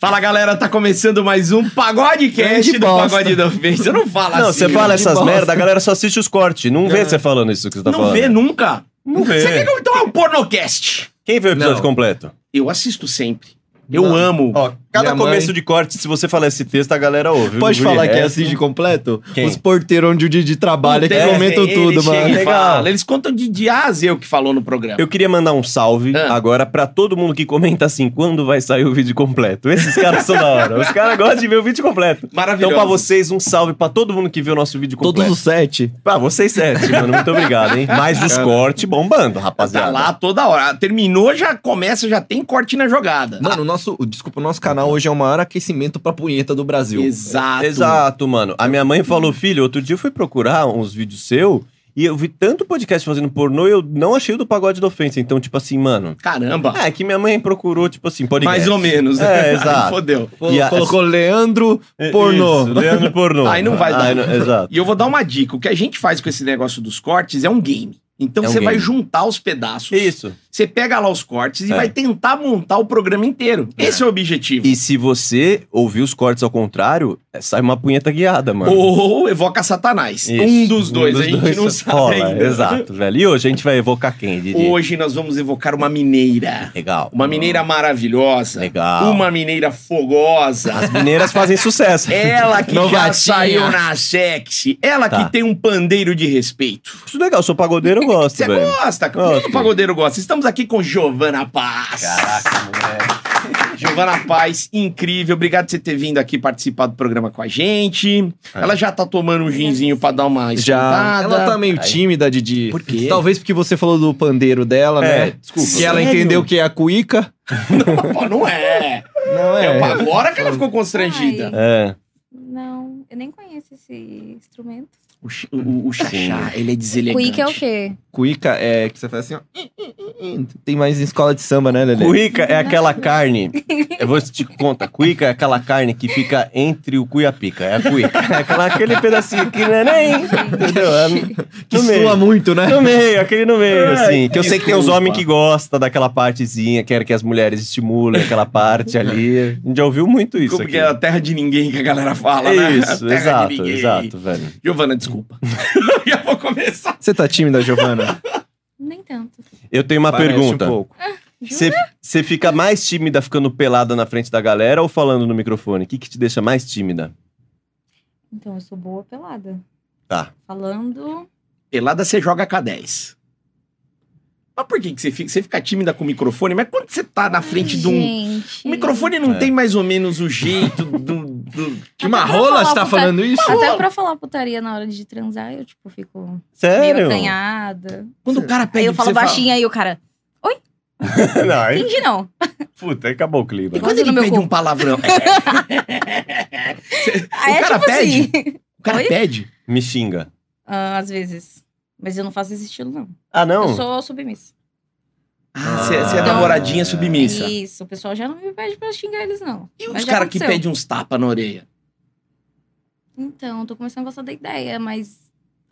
Fala galera, tá começando mais um Pagodecast Grande do bosta. Pagode da Ofensa. Não fala Não, assim. você fala de essas bosta. merda, a galera só assiste os cortes. Não vê você falando isso que você tá Não falando. vê nunca. Não vê. Você quer que eu então é um pornocast? Quem vê o episódio Não. completo? Eu assisto sempre. Eu Não. amo. Ó, Minha cada mãe- começo de corte, se você falar esse texto, a galera ouve. Pode O falar que é resto- assim de completo? Quem? Os porteiros onde o Didi trabalha que Tem, comentam tem, tudo, ele chega mano. e Legal. fala. Eles contam de, de A a Z o que falou no programa. Eu queria mandar um salve Ah. agora pra todo mundo que comenta assim, quando vai sair o vídeo completo. Esses caras são da hora. Os caras gostam de ver o vídeo completo. Maravilhoso. Então pra vocês, um salve pra todo mundo que viu o nosso vídeo Todos completo. os sete. Pra vocês sete, mano. Muito obrigado, hein? Mais os cortes bombando, rapaziada. Tá lá toda hora. Terminou, já começa, já tem corte na jogada. Mano, o nosso, desculpa, o nosso canal hoje é o maior aquecimento pra punheta do Brasil. Exato. Exato, mano. A minha mãe falou, filho, outro dia eu fui procurar uns vídeos seu e eu vi tanto podcast fazendo pornô e eu não achei o do Pagode da Ofensa. Então, tipo assim, mano... Caramba. É, que minha mãe procurou, tipo assim, podcast. mais ou menos. né? É, Aí exato. Fodeu. Pô, E a- colocou Leandro Pornô. É, Isso, Leandro Pornô. Aí não vai dar. não- exato. E eu vou dar uma dica. O que a gente faz com esse negócio dos cortes é um game. Então É um você vai game. juntar os pedaços. Isso. Você pega lá os cortes e É. vai tentar montar o programa inteiro. Esse é o objetivo. E se você ouvir os cortes ao contrário, é, sai uma punheta guiada, mano. Ou evoca Satanás. Isso. Um dos dois, a gente dois não sabe rola, ainda. Exato, velho. E hoje a gente vai evocar quem, Didi? Hoje nós vamos evocar uma mineira. Legal. Uma mineira maravilhosa. Legal. Uma mineira fogosa. As mineiras fazem sucesso. Ela que já Novatinha. saiu na sexy. Ela né? Tá. que tem um pandeiro de respeito. Isso é legal, sou pagodeiro, eu gosto, Você é velho. gosta, cara. Todo Ok. pagodeiro gosta. Estamos aqui com Giovana Paz. Caraca, moleque. Giovana Paz, incrível. Obrigado por você ter vindo aqui participar do programa com a gente. É. Ela já tá tomando um ginzinho pra dar uma Já. esquentada. Ela tá meio tímida, Didi. Por quê? Tá Talvez porque você falou do pandeiro dela, É, né? desculpa. Que ela Sério? entendeu que é a cuíca. Não, pô, não é. Não É, é. pra agora que ela ficou constrangida. É. Não, eu nem conheço esse instrumento. O, ch- o, o chachá, ele é deselegante. Quick é o quê? Cuíca é que você faz assim, ó. Tem mais em escola de samba, né, Lelê? Cuica é aquela carne. Eu vou te contar. Cuica é aquela carne que fica entre o cu e a pica. É a cuica. É aquela, aquele pedacinho que não é nem. Entendeu? É Que no meio. sua muito, né? No meio, aquele no meio, assim. Que eu sei que tem os desculpa. homens que gostam daquela partezinha, querem que as mulheres estimulem aquela parte ali. A gente já ouviu muito isso. Como Aqui. que é a terra de ninguém que a galera fala, né? Isso, terra de exato, ninguém. exato, velho. Giovana, desculpa. Já vou começar. Você tá tímida, Giovana? Nem tanto. Eu tenho uma Parece pergunta. Um pouco. Você fica mais tímida ficando pelada na frente da galera ou falando no microfone? O que, que te deixa mais tímida? Então, eu sou boa pelada. Tá. Falando. Pelada, você joga K10. Mas por que, que você fica? Você fica tímida com o microfone, mas quando você tá na frente de um. Gente. O microfone não É. tem mais ou menos o jeito do. do- Que uma rola você tá falando isso? Até pra falar putaria na hora de transar, eu, tipo, fico meio Sério? acanhada. Quando o cara pede Aí eu pra falo você falar- baixinho, aí o cara. não, aí Entendi não. Puta, aí acabou o clima. E quando Quase ele no meu pede cu. um palavrão. Aí é cara tipo assim. o cara Oi? pede. Me xinga. Ah, às vezes. Mas eu não faço esse estilo, não. Ah, Eu não? sou submissa. Ah, você você é Ah. então. namoradinha submissa. E, Isso, o pessoal já não me pede pra xingar eles, não. os Mas já caras que aconteceu. pedem uns tapas na orelha? Então, tô começando a gostar da ideia, mas.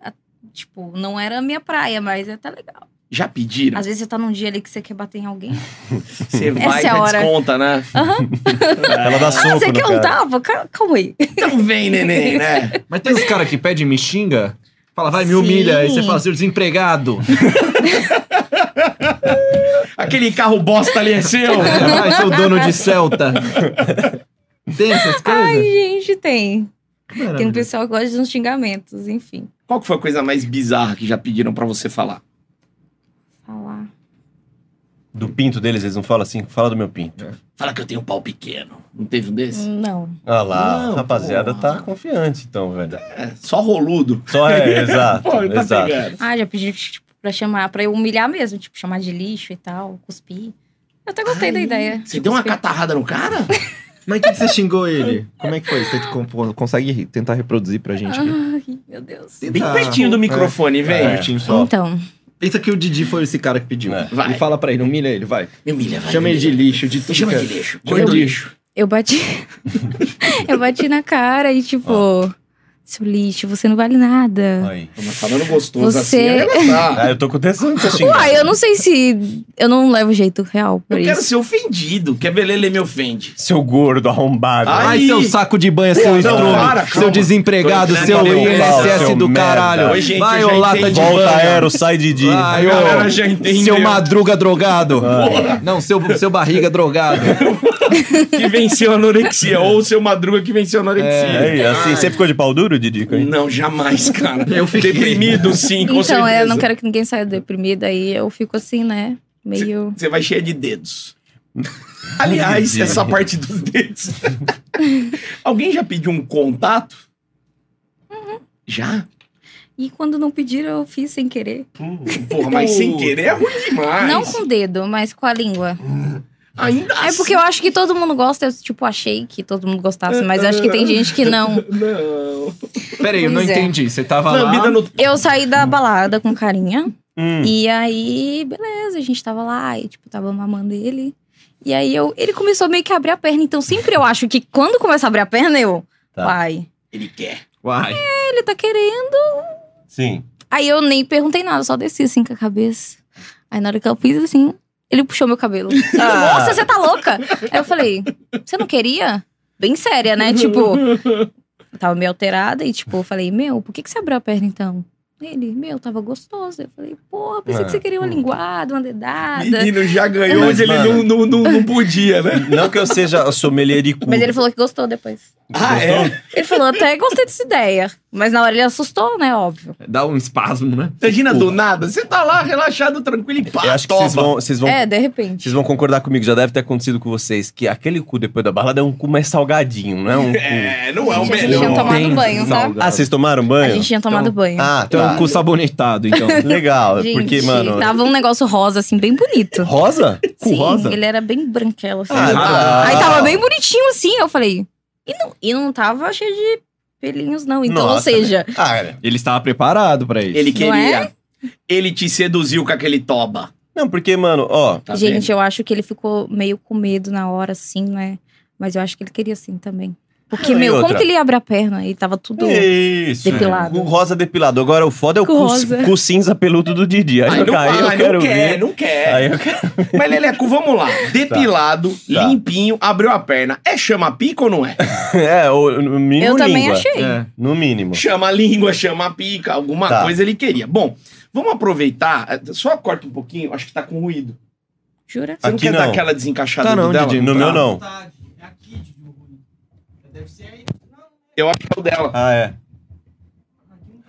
a- tipo, não era a minha praia, mas é até legal. Já pediram? Às vezes você tá num dia ali que você quer bater em alguém. Você vai Essa e é a já hora. desconta, né? Aham. Ela dá soco Ah, você no quer cara. um tapa? Ca- Calma aí. Então vem, neném, né? Mas tem uns caras que pedem me xinga, fala, vai, me Sim. humilha. Aí você fala, seu desempregado. Aquele carro bosta ali é seu. vai, seu dono de Celta. Tem essas Ai, coisas? gente, tem. Tem um Maravilha. pessoal que gosta de uns xingamentos, enfim. Qual que foi a coisa mais bizarra que já pediram pra você falar? Falar. Do pinto deles, eles não falam assim? Fala do meu pinto. Fala que eu tenho um pau pequeno. Não teve um desse? Não. Ah lá, Não, rapaziada porra. tá confiante então, velho. É, só roludo. Só é, exato, Pô, tá exato. pegando. Ah, já pedi tipo, pra chamar, pra eu humilhar mesmo, tipo, chamar de lixo e tal, cuspir. Eu até gostei da Ai, ideia. Você de deu uma cuspir. catarrada no cara? Mas o que, que você xingou ele? Como é que foi? Você com- consegue tentar reproduzir pra gente? aqui? Ai, meu Deus. Sim. Bem Tá. pertinho do microfone, velho. É. Curtinho só. Então, Pensa que o Didi foi esse cara que pediu. É. Vai. E fala pra ele, humilha ele, vai. Me humilha, vai. Chama me ele de humilha. lixo, de tudo. é. Me chama cara. de lixo. Chama Gordo de lixo. eu bati. eu bati na cara e, tipo, Seu lixo, você não vale nada. Aí. Mas falando gostoso Você- assim, é engraçado. Ah, eu tô com tensão de você xingar. Uai, eu não sei se. Eu não levo jeito real por Eu quero isso. ser ofendido, que a Belele me ofende. Seu gordo arrombado. Ah, Ai, Aí. seu saco de banho, é Não, seu estrume, para, calma. seu desempregado, Tô seu entrando no INSS pau, do seu caralho. merda. Oi, gente, Vai, eu já ô lata entendi. de Volta banho. aero, sai de dia. Vai, galera já entendeu. ô seu madruga drogado. Não, seu, seu barriga drogado. Que venceu a anorexia. ou o seu Madruga que venceu a anorexia. Ah, Aí, assim, você ficou de pau duro, Didico? hein? Não, jamais, cara. Eu fiquei. Deprimido, sim, com Então, certeza. eu não quero que ninguém saia deprimido, aí eu fico assim, né? Meio. Você vai cheia de dedos. Aliás, Entendi. essa parte dos dedos. Alguém já pediu um contato? Uhum. Já? E quando não pediram, eu fiz sem querer. Porra, mas sem querer é ruim demais. Não com o dedo, mas com a língua. Ainda É porque eu acho que todo mundo gosta, eu, tipo, achei que todo mundo gostasse, mas eu acho que tem gente que não. Não. Peraí, eu não Pois é. entendi. Você tava Lambida lá... no... Eu saí da balada com carinha, Hum. e aí, beleza, a gente tava lá, e tipo, tava mamando ele. E aí eu, ele começou meio que a abrir a perna, então sempre eu acho que quando começa a abrir a perna, eu. Tá. Uai, Ele quer. Uai. ele tá querendo. Sim. Aí eu nem perguntei nada, eu só desci assim com a cabeça. Aí na hora que eu fiz assim, ele puxou meu cabelo. Ah. Nossa, você tá louca? Aí eu falei, você não queria? Bem séria, né? Tipo, eu tava meio alterada e tipo, eu falei, meu, por que, que você abriu a perna então? Ele, meu, tava gostoso. Eu falei, porra, pensei É. que você queria uma linguada, uma dedada. Menino já ganhou, Mas, mas ele mano- não, não, não, não podia, né? Não que eu seja sommelier de cu. Mas ele falou que gostou depois. Ah, é? Ele falou, até gostei dessa ideia. Mas na hora ele assustou, né? Óbvio. Dá um espasmo, né? Imagina do nada. Você tá lá relaxado, tranquilo e pá. Eu acho que vocês vão, vocês vão, É, de repente. vocês vão concordar comigo, já deve ter acontecido com vocês, que aquele cu depois da balada é um cu mais salgadinho, não é um cu... É, não é o Gente, a gente melhor. tinha tomado Tem banho, tá? Ah, vocês tomaram banho? A gente tinha tomado Então, banho. Ah, Assim, Então, tá. um cu sabonetado, então. Legal, Gente, porque, mano... Tava um negócio rosa, assim, bem bonito. Rosa? Cu Sim, rosa? ele era bem branquelo, assim. Ah, tá. Aí tava bem bonitinho, assim. Eu falei. E não, e não tava cheio de pelinhos, não. Então, ou Nossa. seja, Ah, é. Ele estava preparado pra isso. Ele Não queria. Ele te seduziu com aquele toba. Não, porque, mano, ó... Tá gente, vendo? eu acho que ele ficou meio com medo na hora, assim, né? Mas eu acho que ele queria assim também. Porque, Ah, e meu, outra? como que ele abre a perna? E tava tudo. Isso. Depilado. O rosa depilado. Agora o foda é o Cu cu, rosa. cu cinza peludo do Didi. Aí, Ai, eu, não, aí eu ai, quero não quer, ver. não quer. Aí eu quero... Mas, Leleco, vamos lá. Depilado, Tá. limpinho, abriu a perna. É chama pica ou não é? É, o- no mínimo Eu também língua. achei. É. No mínimo. Chama a língua, chama a pica, alguma Tá. coisa ele queria. Bom, vamos aproveitar. eh, Só corta um pouquinho, acho que tá com ruído. Jura? Você não Aqui quer dar não. aquela desencaixada Tá no não, dela? Didi. No Tá. meu, não. Eu acho que é o dela. Ah, é.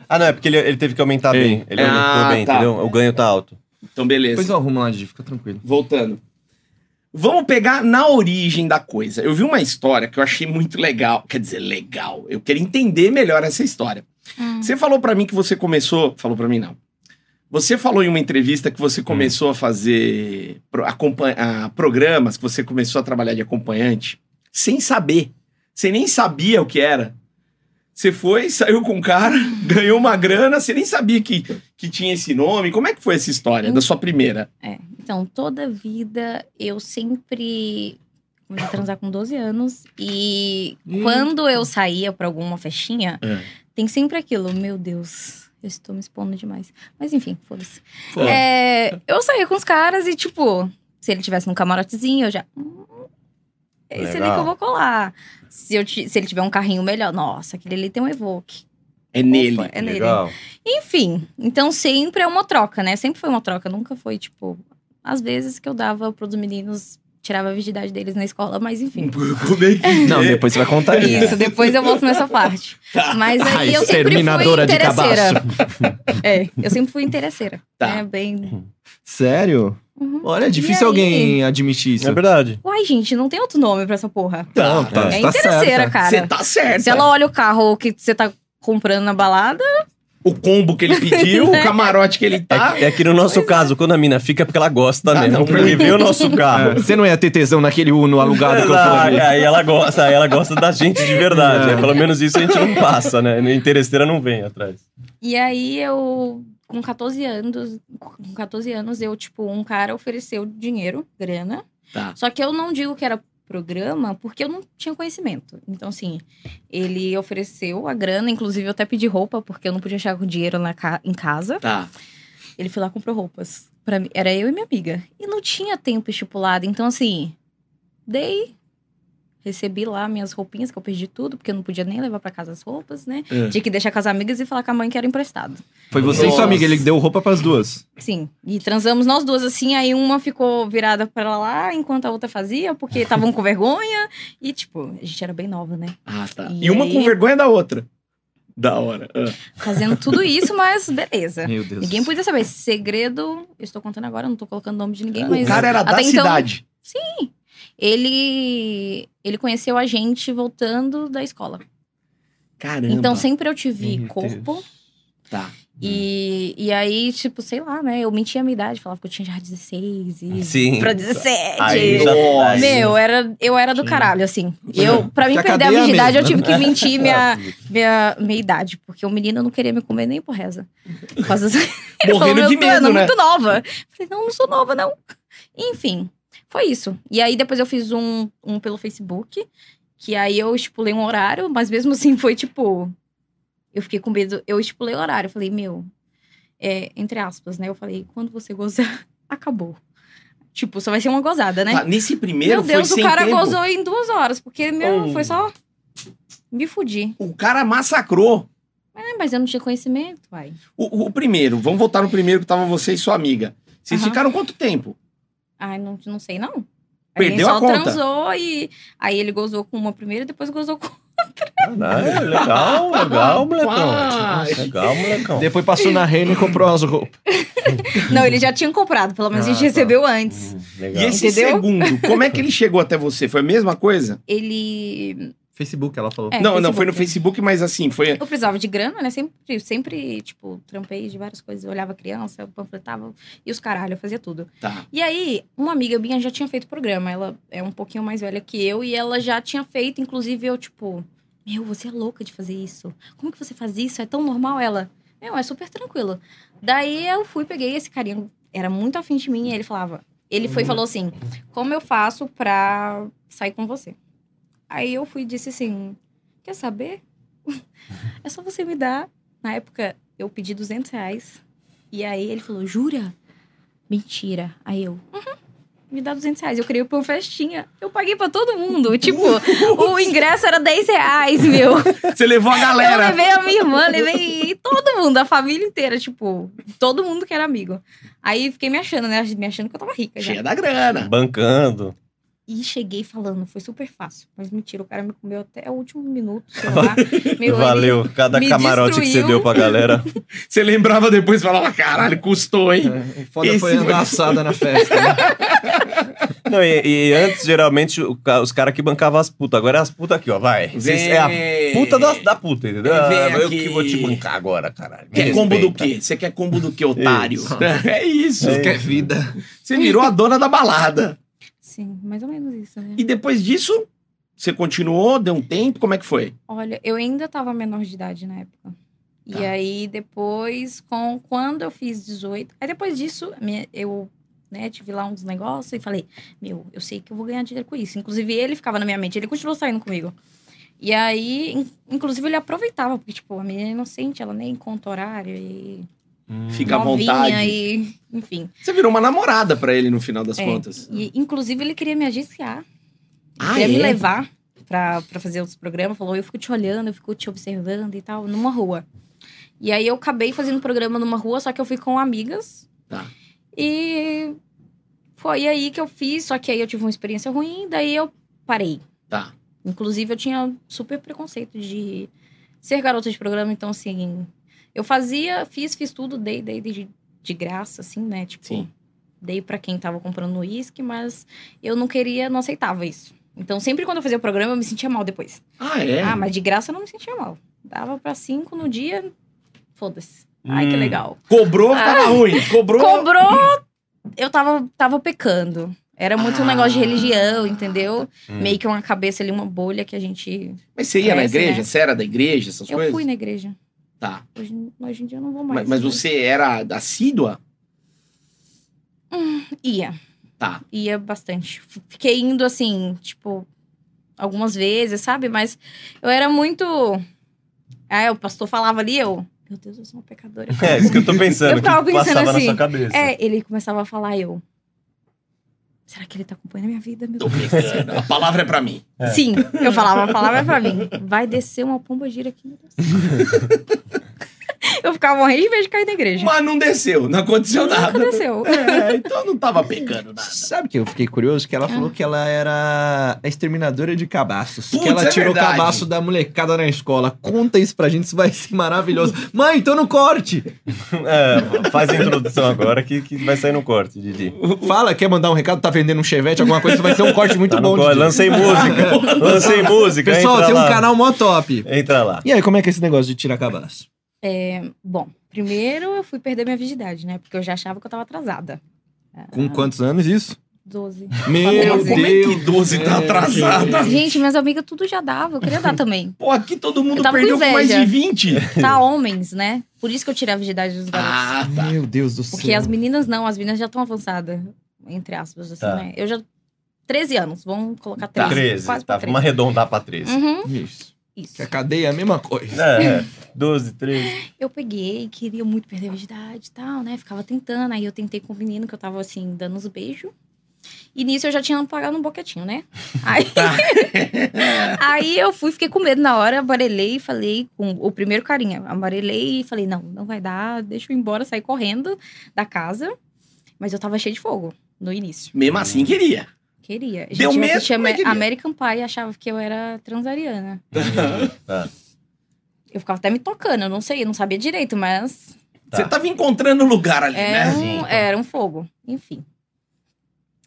Ah, não, é porque ele, ele teve que aumentar Ei. bem. Ele Ah, aumentou bem, tá. entendeu? O ganho tá alto. Então, beleza. Depois eu arrumo lá, Didi, fica tranquilo. Voltando. Vamos pegar na origem da coisa. Eu vi uma história que eu achei muito legal. Quer dizer, legal. Eu queria entender melhor essa história. Hum. Você falou pra mim que você começou. Falou pra mim, não. Você falou em uma entrevista que você começou a fazer pro- acompan- ah, programas, que você começou a trabalhar de acompanhante, sem saber. Você nem sabia o que era. Você foi, saiu com o cara, ganhou uma grana, você nem sabia que, que tinha esse nome. Como é que foi essa história da sua primeira? Então, toda vida eu sempre comecei a transar com 12 anos e Hum. quando eu saía pra alguma festinha, É. tem sempre aquilo, meu Deus, eu estou me expondo demais. Mas enfim, foda-se. Foda. É, eu saía com os caras e tipo, se ele tivesse um camarotezinho, eu já hum, é esse ali que Legal. eu vou colar. Se, eu ti- se ele tiver um carrinho melhor, nossa, aquele ali tem um Evoque. É nele. Opa, é nele. Enfim, então sempre é uma troca, né? Sempre foi uma troca, nunca foi tipo. Às vezes que eu dava pros meninos, tirava a virgindade deles na escola, mas enfim. Como é que Não, é? depois você vai contar isso. Isso, depois eu volto nessa parte. Mas Ah, aí eu sempre fui exterminadora de interesseira. É, eu sempre fui interesseira. Tá. Né? Bem. Sério? Uhum. Olha, é E difícil aí? alguém admitir isso. É verdade. Uai, gente, não tem outro nome pra essa porra. Não, tá, É interesseira, Você cara. tá certa. Se ela olha o carro que você tá comprando na balada, O combo que Né? ele pediu, o camarote que ele tá. É, é que no nosso caso, quando a mina fica, é porque ela gosta Ah, mesmo. não, porque vê o nosso É, carro. Você não ia ter tesão naquele Uno alugado que eu Ah, falei. e aí ela gosta, aí ela gosta da gente de verdade. É. né? Pelo menos isso a gente não passa, né? Nem Interesseira não vem atrás. E aí eu, com 14 anos, com 14 anos, eu, tipo, um cara ofereceu dinheiro, grana. Tá. Só que eu não digo que era programa porque eu não tinha conhecimento. Então, assim, ele ofereceu a grana, inclusive eu até pedi roupa, porque eu não podia chegar com dinheiro na ca- em casa. Tá. Ele foi lá e comprou roupas. Pra mim, era eu e minha amiga. E não tinha tempo estipulado. Então, assim, dei. Recebi lá minhas roupinhas, que eu perdi tudo, porque eu não podia nem levar pra casa as roupas, né? É. Tinha que deixar com as amigas e falar com a mãe que era emprestado. Foi você e Nossa. sua amiga, ele deu roupa pras duas. Sim. E transamos nós duas assim, aí uma ficou virada pra lá enquanto a outra fazia, porque estavam com vergonha. E, tipo, a gente era bem nova, né? Ah, tá. E E uma aí? com vergonha da outra. Da hora. Ah. Fazendo tudo isso, mas beleza. Meu Deus. É. Ninguém podia saber. Esse Segredo, eu estou contando agora, não estou colocando nome de ninguém, O mas. cara era da até então, cidade. Ele, ele conheceu a gente voltando da escola. Caramba. Então sempre eu tive Meu corpo. Tá. E, e aí, tipo, sei lá, né? Eu mentia a minha idade, falava que eu tinha já 16 e. Sim. Pra 17. Aí já Nossa. aí- Meu, era, eu era do caralho, assim. Eu, pra mim Que a perder a cadeia virgindade, eu mesmo. tive que né? mentir minha, É. minha, minha idade. Porque o menino não queria me comer nem por reza. Por causa dessa- Ele falou, Morrendo meu de Deus, eu medo, era né? muito nova. Eu falei, não, não sou nova, não. Enfim, foi isso. E aí depois eu fiz um, um pelo Facebook. Que aí eu estipulei um horário, mas mesmo assim foi tipo... Eu fiquei com medo. Eu estipulei o horário. Eu falei, meu... é, entre aspas, né? Eu falei, quando você gozar, acabou. Tipo, só vai ser uma gozada, né? Tá, Nesse primeiro Meu Deus, foi sem o cara tempo. Um. gozou em duas horas, porque, meu, Oh. foi só me fudir. O cara massacrou. É, mas eu não tinha conhecimento, pai. O, o primeiro, vamos voltar no primeiro que tava você e sua amiga. Vocês Aham. ficaram quanto tempo? Ai, não, não sei, não. ele Perdeu só a conta? transou e. Aí ele gozou com uma primeira e depois gozou com. Caralho, Ah, legal, legal, molecão. Uai. Legal, molecão. Depois passou na Renner e comprou umas roupas. Não, ele já tinha comprado, pelo menos a gente Ah, tá. recebeu antes. Hum, E Legal. esse Entendeu? segundo, como é que ele chegou até você? Foi a mesma coisa? Ele. Facebook, ela falou. É, não, não, foi no Facebook, mas assim, foi. Eu precisava de grana, né? Sempre, sempre tipo, trampei de várias coisas. Eu olhava criança, eu panfletava e os caralho, eu fazia tudo. Tá. E aí, uma amiga minha já tinha feito programa. Ela é um pouquinho mais velha que eu e ela já tinha feito. Inclusive, eu, tipo, meu, você é louca de fazer isso. Como que você faz isso? É tão normal ela. Meu, é super tranquilo. Daí eu fui, peguei esse carinha, era muito afim de mim, e ele falava. Ele foi e falou assim: Como eu faço pra sair com você? Aí eu fui e disse assim: Quer saber? é só você me dar. Na época, eu pedi 200 reais. E aí ele falou: Jura? Mentira. Aí eu, uhum, me dá 200 reais. Eu criei pra uma festinha. Eu paguei pra todo mundo. Tipo, o ingresso era 10 reais, meu. Você levou a Eu galera. levei a minha irmã, levei todo mundo, a família inteira, tipo, todo mundo que era amigo. Aí fiquei me achando, né? Me achando que eu tava rica já. Cheia da grana. Bancando. E cheguei falando, foi super fácil. Mas mentira, o cara me comeu até o último minuto, sei lá. Meu, ele- Valeu. Cada me camarote que você destruiu. deu pra galera. Você lembrava depois e falava: caralho, custou, hein? É, o foda Esse foi foi- andar assada na festa. né? Não, e, e antes, geralmente, o ca- os caras que bancavam as putas. Agora é as putas aqui, ó. Vai. Vocês- É a puta da, da puta, entendeu? Vem Ah, eu aqui. que vou te bancar agora, caralho. Me Quer combo do respeita. quê? Você quer combo do quê, otário? É isso. Isso que é vida. Você virou a dona da balada. Sim, mais ou menos isso, né? E depois disso, você continuou, deu um tempo, como é que foi? Olha, eu ainda tava menor de idade na época. E Tá. aí, depois, com quando eu fiz 18. Aí depois disso, minha- eu né, tive lá uns negócios e falei, meu, eu sei que eu vou ganhar dinheiro com isso. Inclusive, ele ficava na minha mente, ele continuou saindo comigo. E aí, in- inclusive, ele aproveitava, porque, tipo, a menina é inocente, ela nem conta horário e Fica à novinha vontade. e, enfim. Você virou uma namorada pra ele no final das É. contas. E, inclusive, ele queria me agenciar. Ah, queria me é? levar pra, pra fazer outros programas. Falou, eu fico te olhando, eu fico te observando e tal, numa rua. E aí eu acabei fazendo programa numa rua, só que eu fui com amigas. Tá. E foi aí que eu fiz, só que aí eu tive uma experiência ruim, daí eu parei. Tá. Inclusive, eu tinha super preconceito de ser garota de programa, então assim. Eu fazia, fiz, fiz tudo, dei, dei de, de graça, assim, né? Tipo, Sim. dei pra quem tava comprando uísque, mas eu não queria, não aceitava isso. Então, sempre quando eu fazia o programa, eu me sentia mal depois. Ah, é? Ah, mas de graça eu não me sentia mal. Dava pra cinco no dia, foda-se. Ai, que Hum. legal. Cobrou, ficava ruim. Cobrou. Ah. Cobrou, eu tava, tava pecando. Era muito um Ah. negócio de religião, entendeu? Hum. Meio que uma cabeça ali, uma bolha que a gente. Mas você ia na Cresce, igreja? né? Você era da igreja, essas Eu coisas? fui na igreja. Tá. Hoje, hoje em dia eu não vou mais. Mas, mas você era assídua? Ia. Tá. Ia bastante. F- Fiquei indo assim, tipo, algumas vezes, sabe? Mas eu era muito. Ah, o pastor falava ali, eu. Meu Deus, eu sou uma pecadora. É, isso que eu tô pensando. Eu tava o que pensando passava assim, na sua cabeça. É, ele começava a falar, eu. Será que ele tá acompanhando a minha vida, meu Tô Deus? brincando. A palavra é pra mim. É. Sim, eu falava, a palavra é pra mim. Vai descer uma pomba gira aqui, meu Deus. eu ficava morrendo de medo de cair na igreja. Mas não desceu, não aconteceu Nunca nada. aconteceu. É, então não tava pegando nada. Sabe que eu fiquei curioso? Que Ah. ela falou que ela era a exterminadora de cabaços. Putz, que ela é tirou o verdade. cabaço da molecada na escola. Conta isso pra gente, isso vai ser maravilhoso. Mãe, tô no corte! É, faz a introdução agora que, que vai sair no corte, Didi. Fala, quer mandar um recado? Tá vendendo um chevette, alguma coisa? Isso vai ser um corte muito Tá no bom. corte. Didi. Lancei música. Lancei música. Pessoal, entra tem um lá. canal mó top. Entra lá. E aí, como é que é esse negócio de tirar cabaço? Bom, primeiro eu fui perder minha virgindade, né? Porque eu já achava que eu tava atrasada. Ah. Com quantos anos isso? 12. Meu Como é Como é que Deus! 12 tá É, atrasada? Gente, minhas amigas tudo já dava, eu queria dar também. Pô, aqui todo mundo Eu tava com perdeu com mais inveja. de 20. Tá homens, né? Por isso que eu tirei a virgindade dos garotos. Ah, tá. Meu Deus do céu. Porque é as meninas não, as meninas já estão avançadas, entre aspas, assim, Tá. né? Eu já. 13 anos, vamos colocar Tá. 13. 13. quase Tá, pra vamos 13. arredondar pra 13. Uhum, Isso. Que isso. a cadeia é a mesma coisa. É, 12, 13. Eu peguei, queria muito perder a virgindade e tal, né? Ficava tentando. Aí eu tentei com o menino que eu tava assim, dando uns beijos. E nisso eu já tinha pagado um boquetinho, né? Aí, tá. aí eu fui, fiquei com medo na hora, amarelei e falei com o primeiro carinha. Amarelei e falei, não, não vai dar, deixa eu ir embora, saí correndo da casa. Mas eu tava cheia de fogo no início. Mesmo assim queria. Queria. Gente, Deu eu mesmo, assistia mas Amer- queria. American Pie e achava que eu era transariana. Tá. Eu ficava até me tocando, eu não sei, eu não sabia direito, mas Tá. Você tava encontrando lugar ali, Era, né? um, era um fogo, enfim.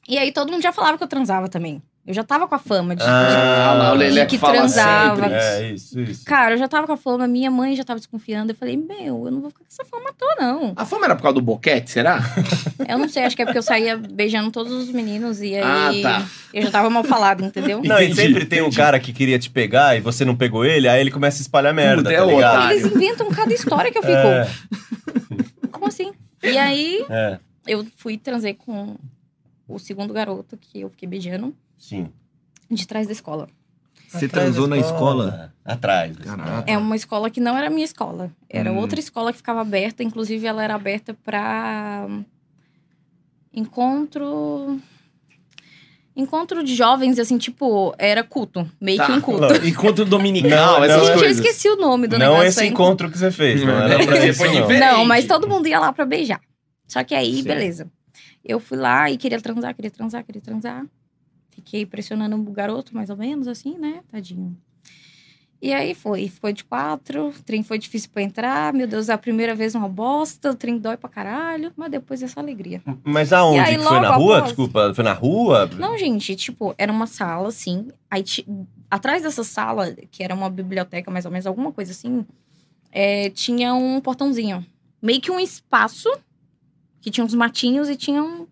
E aí todo mundo já falava que eu transava também. Eu já tava com a fama de. Ah, lá, o Lelé que fala transava. sempre. É, isso, isso. Cara, eu já tava com a fama, minha mãe já tava desconfiando. Eu falei, meu, eu não vou ficar com essa fama à toa, não. A fama era por causa do boquete, será? Eu não sei, acho que é porque eu saía beijando todos os meninos e Ah, aí tá. eu já tava mal falada, entendeu? Não, Entendi, e sempre tem um entendi. cara que queria te pegar e você não pegou ele, aí ele começa a espalhar merda, Puta, é tá o ligado? otário. Eles inventam cada história que eu fico. É, Como assim? E aí é, eu fui transei com o segundo garoto que eu fiquei beijando sim. de trás da escola. Você transou na escola? É, Atrás. assim. da Caraca. escola. É uma escola que não era minha escola. Era Ah. Hum. outra escola que ficava aberta. Inclusive, ela era aberta para encontro. Encontro de jovens, assim, tipo, era culto. Meio que Tá. um culto. Encontro Não, dominical, não, essas é- Gente, eu coisas. esqueci o nome do Não negócio. esse aí. encontro que você fez, não Não, era não, pra você isso, foi não. diferente. Não, mas Diferente. todo mundo ia lá pra beijar. Só que aí, Sim. beleza. Eu fui lá e queria transar, queria transar, queria transar. Fiquei pressionando o garoto, mais ou menos, assim, né? Tadinho. E aí foi, ficou de quatro, o trem foi difícil pra entrar, meu Deus, a primeira vez uma bosta, o trem dói pra caralho, mas depois é só alegria. Mas aonde? E aí, que foi na logo rua? após- Desculpa, foi na rua? Não, gente, tipo, era uma sala, assim, aí ti- atrás dessa sala, que era uma biblioteca, mais ou menos, alguma coisa assim, é, tinha um portãozinho. Meio que um espaço, que tinha uns matinhos e tinha um...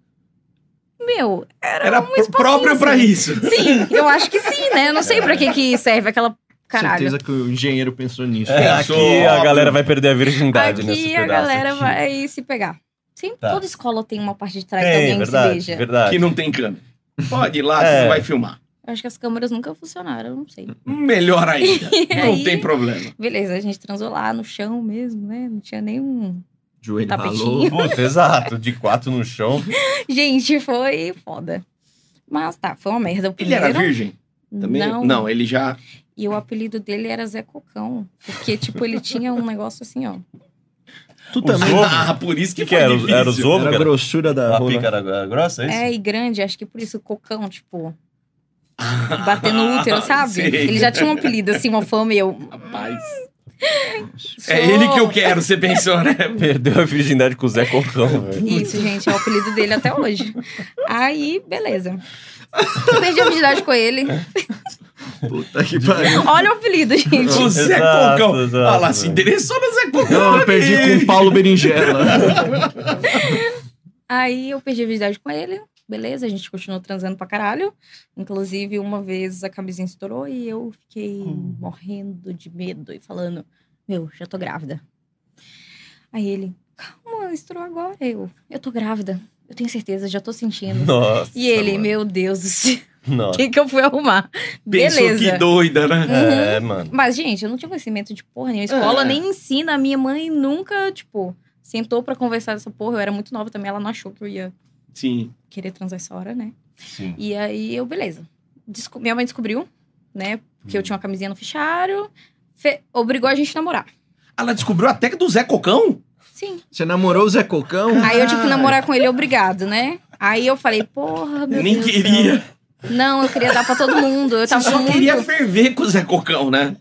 Meu, Era pr- próprio pra assim. isso. sim, eu acho que sim, né? Eu não sei pra que que serve aquela caralho. Certeza que o engenheiro pensou nisso. É, aqui Pensou, a óbvio. galera vai perder a virgindade nesse Aqui pedaço. a galera aqui. vai se pegar. Sempre, Tá. Toda escola tem uma parte de trás que Tem, alguém verdade, se beija. verdade. Que não tem câmera. Pode ir lá, que É. não vai filmar. Eu acho que as câmeras nunca funcionaram, eu não sei. Melhor ainda. Não aí- tem problema. Beleza, a gente transou lá no chão mesmo, né? Não tinha nenhum. Joelho Tapetinho. ralou. Puta, exato. De quatro no chão. Gente, foi foda. Mas tá, foi uma merda. O Ele primeiro, era virgem? Também? Não. ele já. E o apelido dele era Zé Cocão. Porque, tipo, ele tinha um negócio assim, ó. Tu Os também. né? ovo? Ah, por isso que, Que que foi era? difícil. Era os ovo? Era a cara? grossura da A rola. pica era grossa, é isso? É, e grande, acho que por isso cocão, tipo, Ah, bater no útero, sabe? Sei. Ele já tinha um apelido, assim, uma fama e eu. Rapaz. É ele que eu quero, você pensou, né? Perdeu a virgindade com o Zé Cocão, velho. Isso, gente, é o apelido dele até hoje. Aí, beleza. Perdi a habilidade com ele. Puta que pariu. Olha o apelido, gente. O Zé Exato, é Cocão. assim, exato, Olha lá, velho. se endereçou no Zé Cocão. né, Não, eu perdi um com o Paulo Berinjela. Aí eu perdi a habilidade com ele. Beleza, a gente continuou transando pra caralho. Inclusive, uma vez a camisinha estourou e eu fiquei morrendo de medo e falando: Meu, já tô grávida. Aí ele, calma, estourou agora. Eu, eu tô grávida. Eu tenho certeza, já tô sentindo. Nossa. E ele, mano. meu Deus do céu, o Nossa. que, que eu fui arrumar? Pensou Beleza. que doida, né? Uhum. É, mano. Mas, gente, eu não tinha conhecimento de porra nenhuma. A escola É. nem ensina. A minha mãe nunca, tipo, sentou pra conversar dessa porra. Eu era muito nova também, ela não achou que eu ia Sim. querer transar essa hora, né? Sim. E aí eu, beleza. Desco- minha mãe descobriu, né? Que Hum. eu tinha uma camisinha no fichário. Fe- Obrigou a gente a namorar. Ah, Ela descobriu até que do Zé Cocão? Sim. Você namorou o Zé Cocão? Aí eu tipo, tive que namorar com ele, obrigado, né? Aí eu falei, porra, meu Nem Deus do queria. céu. Não, eu queria dar pra todo mundo. Eu Você tava só muito... queria ferver com o Zé Cocão, né?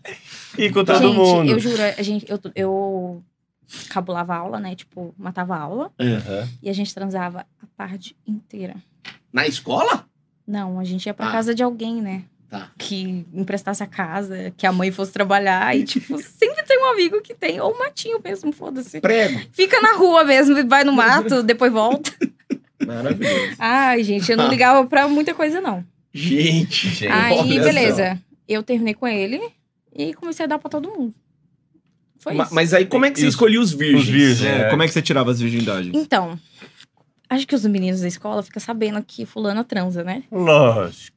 E com todo gente, mundo. eu juro, a gente, eu, eu cabulava a aula, né? Tipo, matava a aula. Aham. E a gente transava a tarde inteira. Na escola? Não, a gente ia pra Ah. casa de alguém, né? Tá. Que emprestasse a casa, que a mãe fosse trabalhar. E, tipo, sempre tem um amigo que tem. Ou um matinho mesmo, foda-se. Prego. Fica na rua mesmo, e vai no mato, depois volta. Maravilhoso. Ai, gente, eu não ligava pra muita coisa, não. Gente. Gente. Aí, Olha beleza. Eu terminei com ele e comecei a dar pra todo mundo. Foi Ma- isso. Mas aí, como é que você Isso. escolheu os virgens? Os virgens. É, como é que você tirava as virgindades? Então, acho que os meninos da escola ficam sabendo que fulana transa, né? Lógico.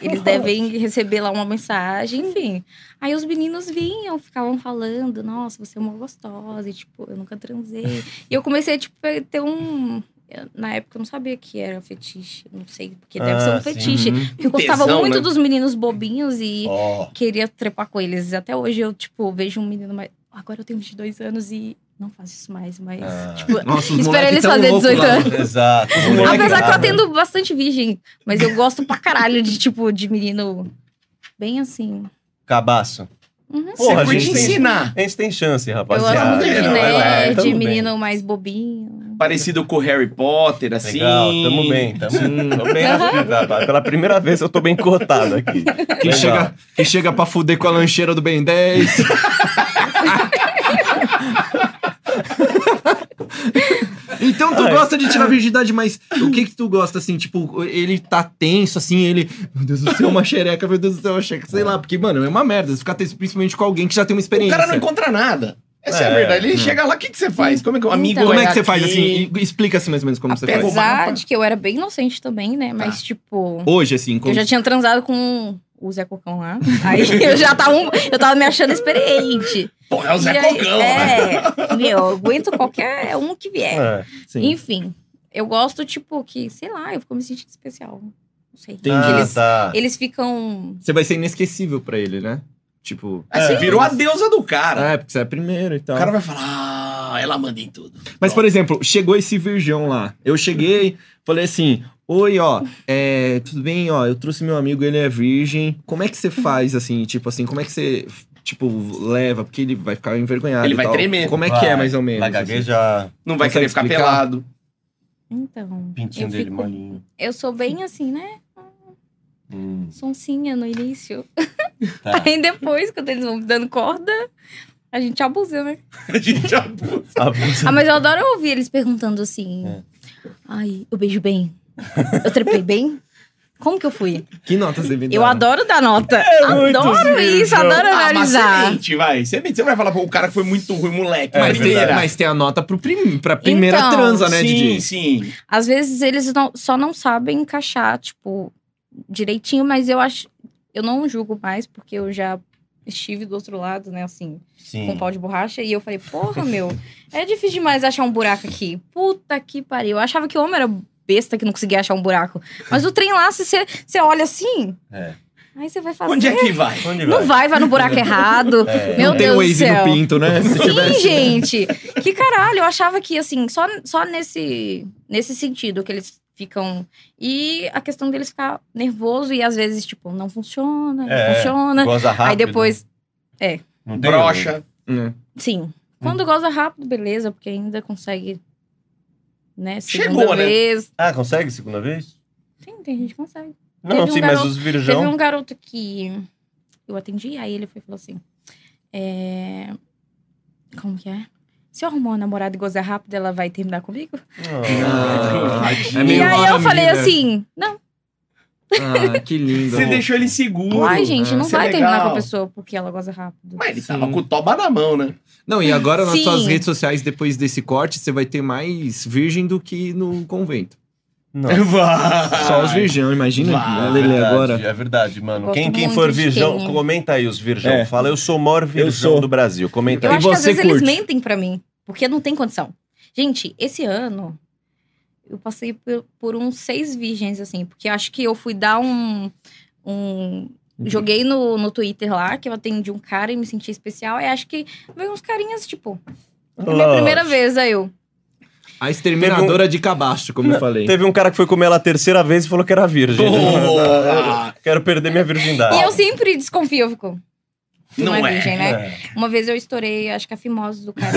Eles devem receber lá uma mensagem, enfim. Aí os meninos vinham, ficavam falando, nossa, você é uma gostosa, e, tipo, eu nunca transei. E eu comecei, tipo, a ter um. eu- Na época eu não sabia que era fetiche, não sei, porque deve Ah, ser um sim. fetiche. Uhum. Eu gostava Tesão, muito né? dos meninos bobinhos e Ó. queria trepar com eles. Até hoje eu, tipo, vejo um menino mais. Agora eu tenho 22 anos e não faço isso mais, mas. Ah. Tipo, Nossa, os Espera moleques eles tão fazer loucos 18 lá. anos. Exato. Os moleque Apesar que eu bravo. atendo bastante virgem, mas eu gosto pra caralho de tipo de menino bem assim. né? Cabaço. Uhum. Você Porra, curte gente, tem- ensinar. A gente tem chance, Eu rapaziada. é, gosto muito de não, vai lá, nerd, Tamo bem. menino mais bobinho. Parecido com o Harry Potter, assim. Legal, tamo bem, tamo tô bem. Aham. afetado. Pela primeira vez eu tô bem cotado aqui. Que Legal. chega, que chega pra fuder com a lancheira do Ben 10. então tu gosta de tirar virgindade, mas o que que tu gosta, assim? Tipo, ele tá tenso, assim, ele... Meu Deus do céu, uma xereca, meu Deus do céu, uma xereca. Sei lá, porque, mano, é uma merda. Você ficar tenso principalmente com alguém que já tem O uma experiência. cara não encontra nada. Essa é, a É. verdade. Ele chega lá, o que, que você faz? Como é que o amigo Então, Como olha é que você aqui? faz, assim? E- Explica, assim, mais ou menos, como você Apego. faz. Apesar de que eu era bem inocente também, né? Mas tipo, Hoje, assim, como... eu já tinha transado com o Zé Cocão lá. Aí eu já tava, um- eu tava me achando experiente. Porra, é o Zé E aí- Cocão, né? É, meu, eu aguento qualquer um que vier. É. Sim. Enfim, eu gosto, tipo, que, sei lá, eu fico me sentindo especial. Não sei. Entendi. Que Ah, eles, tá. eles ficam. Você vai ser inesquecível pra ele, né? Tipo... Aí você Assim, virou a deusa do cara. Ah, é porque você é primeiro e tal. O cara vai falar, ah, ela manda em tudo. Mas, por exemplo, chegou esse virgão lá. Eu cheguei, falei assim: Oi, ó, é, tudo bem, ó, eu trouxe meu amigo, ele é virgem. Como é que você faz assim? Tipo assim, como é que você, tipo, leva? Porque ele vai ficar envergonhado. Ele e vai tal. tremer. Como é que é, mais ou menos? Vai assim? gaguejar, Não vai Consegue querer ficar explicar? pelado. Então. pintinho eu, dele, fico- maninho. eu sou bem assim, né? Hum, Sonsinha no início. tá. Aí depois, quando eles vão me dando corda, a gente abusa, né? A gente já... Abusa. Ah, mas eu adoro ouvir eles perguntando assim: É. Ai, eu beijo bem? Eu trepei bem? Como que eu fui? Que notas você me Eu dá? adoro dar nota. É muito adoro isso, incrível. adoro Ah, mas você analisar. mente, vai. Você mente. Você vai falar, pô, o cara que foi muito ruim, moleque. É Mas, primeira. tem, mas tem a nota pro prim, pra primeira Então, transa, né, sim, Didi? sim. Às vezes eles não- só não sabem encaixar, tipo, direitinho, mas eu acho. Eu não julgo mais, porque eu já estive do outro lado, né, assim, com Sim. pau de borracha. E eu falei, porra, meu, é difícil demais achar um buraco aqui. Puta que pariu. Eu achava que o homem era besta que não conseguia achar um buraco. Mas o trem lá, se você você olha assim, É. aí você vai fazer. Onde é que vai? Onde Não vai, vai no buraco errado. É. Meu não tem Deus o do Waze céu. no pinto, né? Se Sim, tivesse- gente. Que caralho, eu achava que assim, só, só nesse, nesse sentido que eles ficam. E a questão deles ficar nervoso e às vezes, tipo, não funciona, não É, funciona. Goza rápido. né? Aí depois, Não tem Brocha. É. sim. Hum. Quando goza rápido, beleza, porque ainda consegue. Né? Segunda Chegou, né? vez. Ah, consegue segunda vez? Tem, tem gente que consegue. Não, um sim, mas garoto- os virgão. Teve um garoto que eu atendi, aí ele foi, falou assim: é, Como que é? Se eu arrumar uma namorada e gozar rápido, ela vai terminar comigo? Ah. É e meio aí eu homem, falei né? assim: Não, Ah, que lindo. Você deixou ele seguro. ai, gente, não Isso é vai terminar legal. com a pessoa porque ela goza rápido. Mas ele Sim. tava com o toba na mão, né? Não, e agora nas Sim. suas redes sociais, depois desse corte, você vai ter mais virgem do que no convento. Não. Vai. Tá. Só os virgão, imagina. Vai, Olha ele agora. É verdade, mano. Eu Quem, gosto quem muito for de virgão, quem é. comenta aí os virgão. É. Fala, eu sou o maior virgão sou. do Brasil. Comenta Eu aí. E acho que às você vezes eles curte? mentem pra mim, porque não tem condição. Gente, esse ano eu passei por, por uns seis virgens, assim, porque acho que eu fui dar um. um- Joguei no, no Twitter lá que eu atendi um cara e me senti especial. Aí acho que veio uns carinhas, tipo, minha Lógico. primeira vez, aí eu. A exterminadora de cabaço, como eu falei. Teve um cara que foi comer ela a terceira vez e falou que era né? virgem. né? Porra! Quero perder minha virgindade. E eu sempre desconfio, eu fico. tu Não é. virgem, né? É. Uma vez eu estourei, acho que a fimose do cara.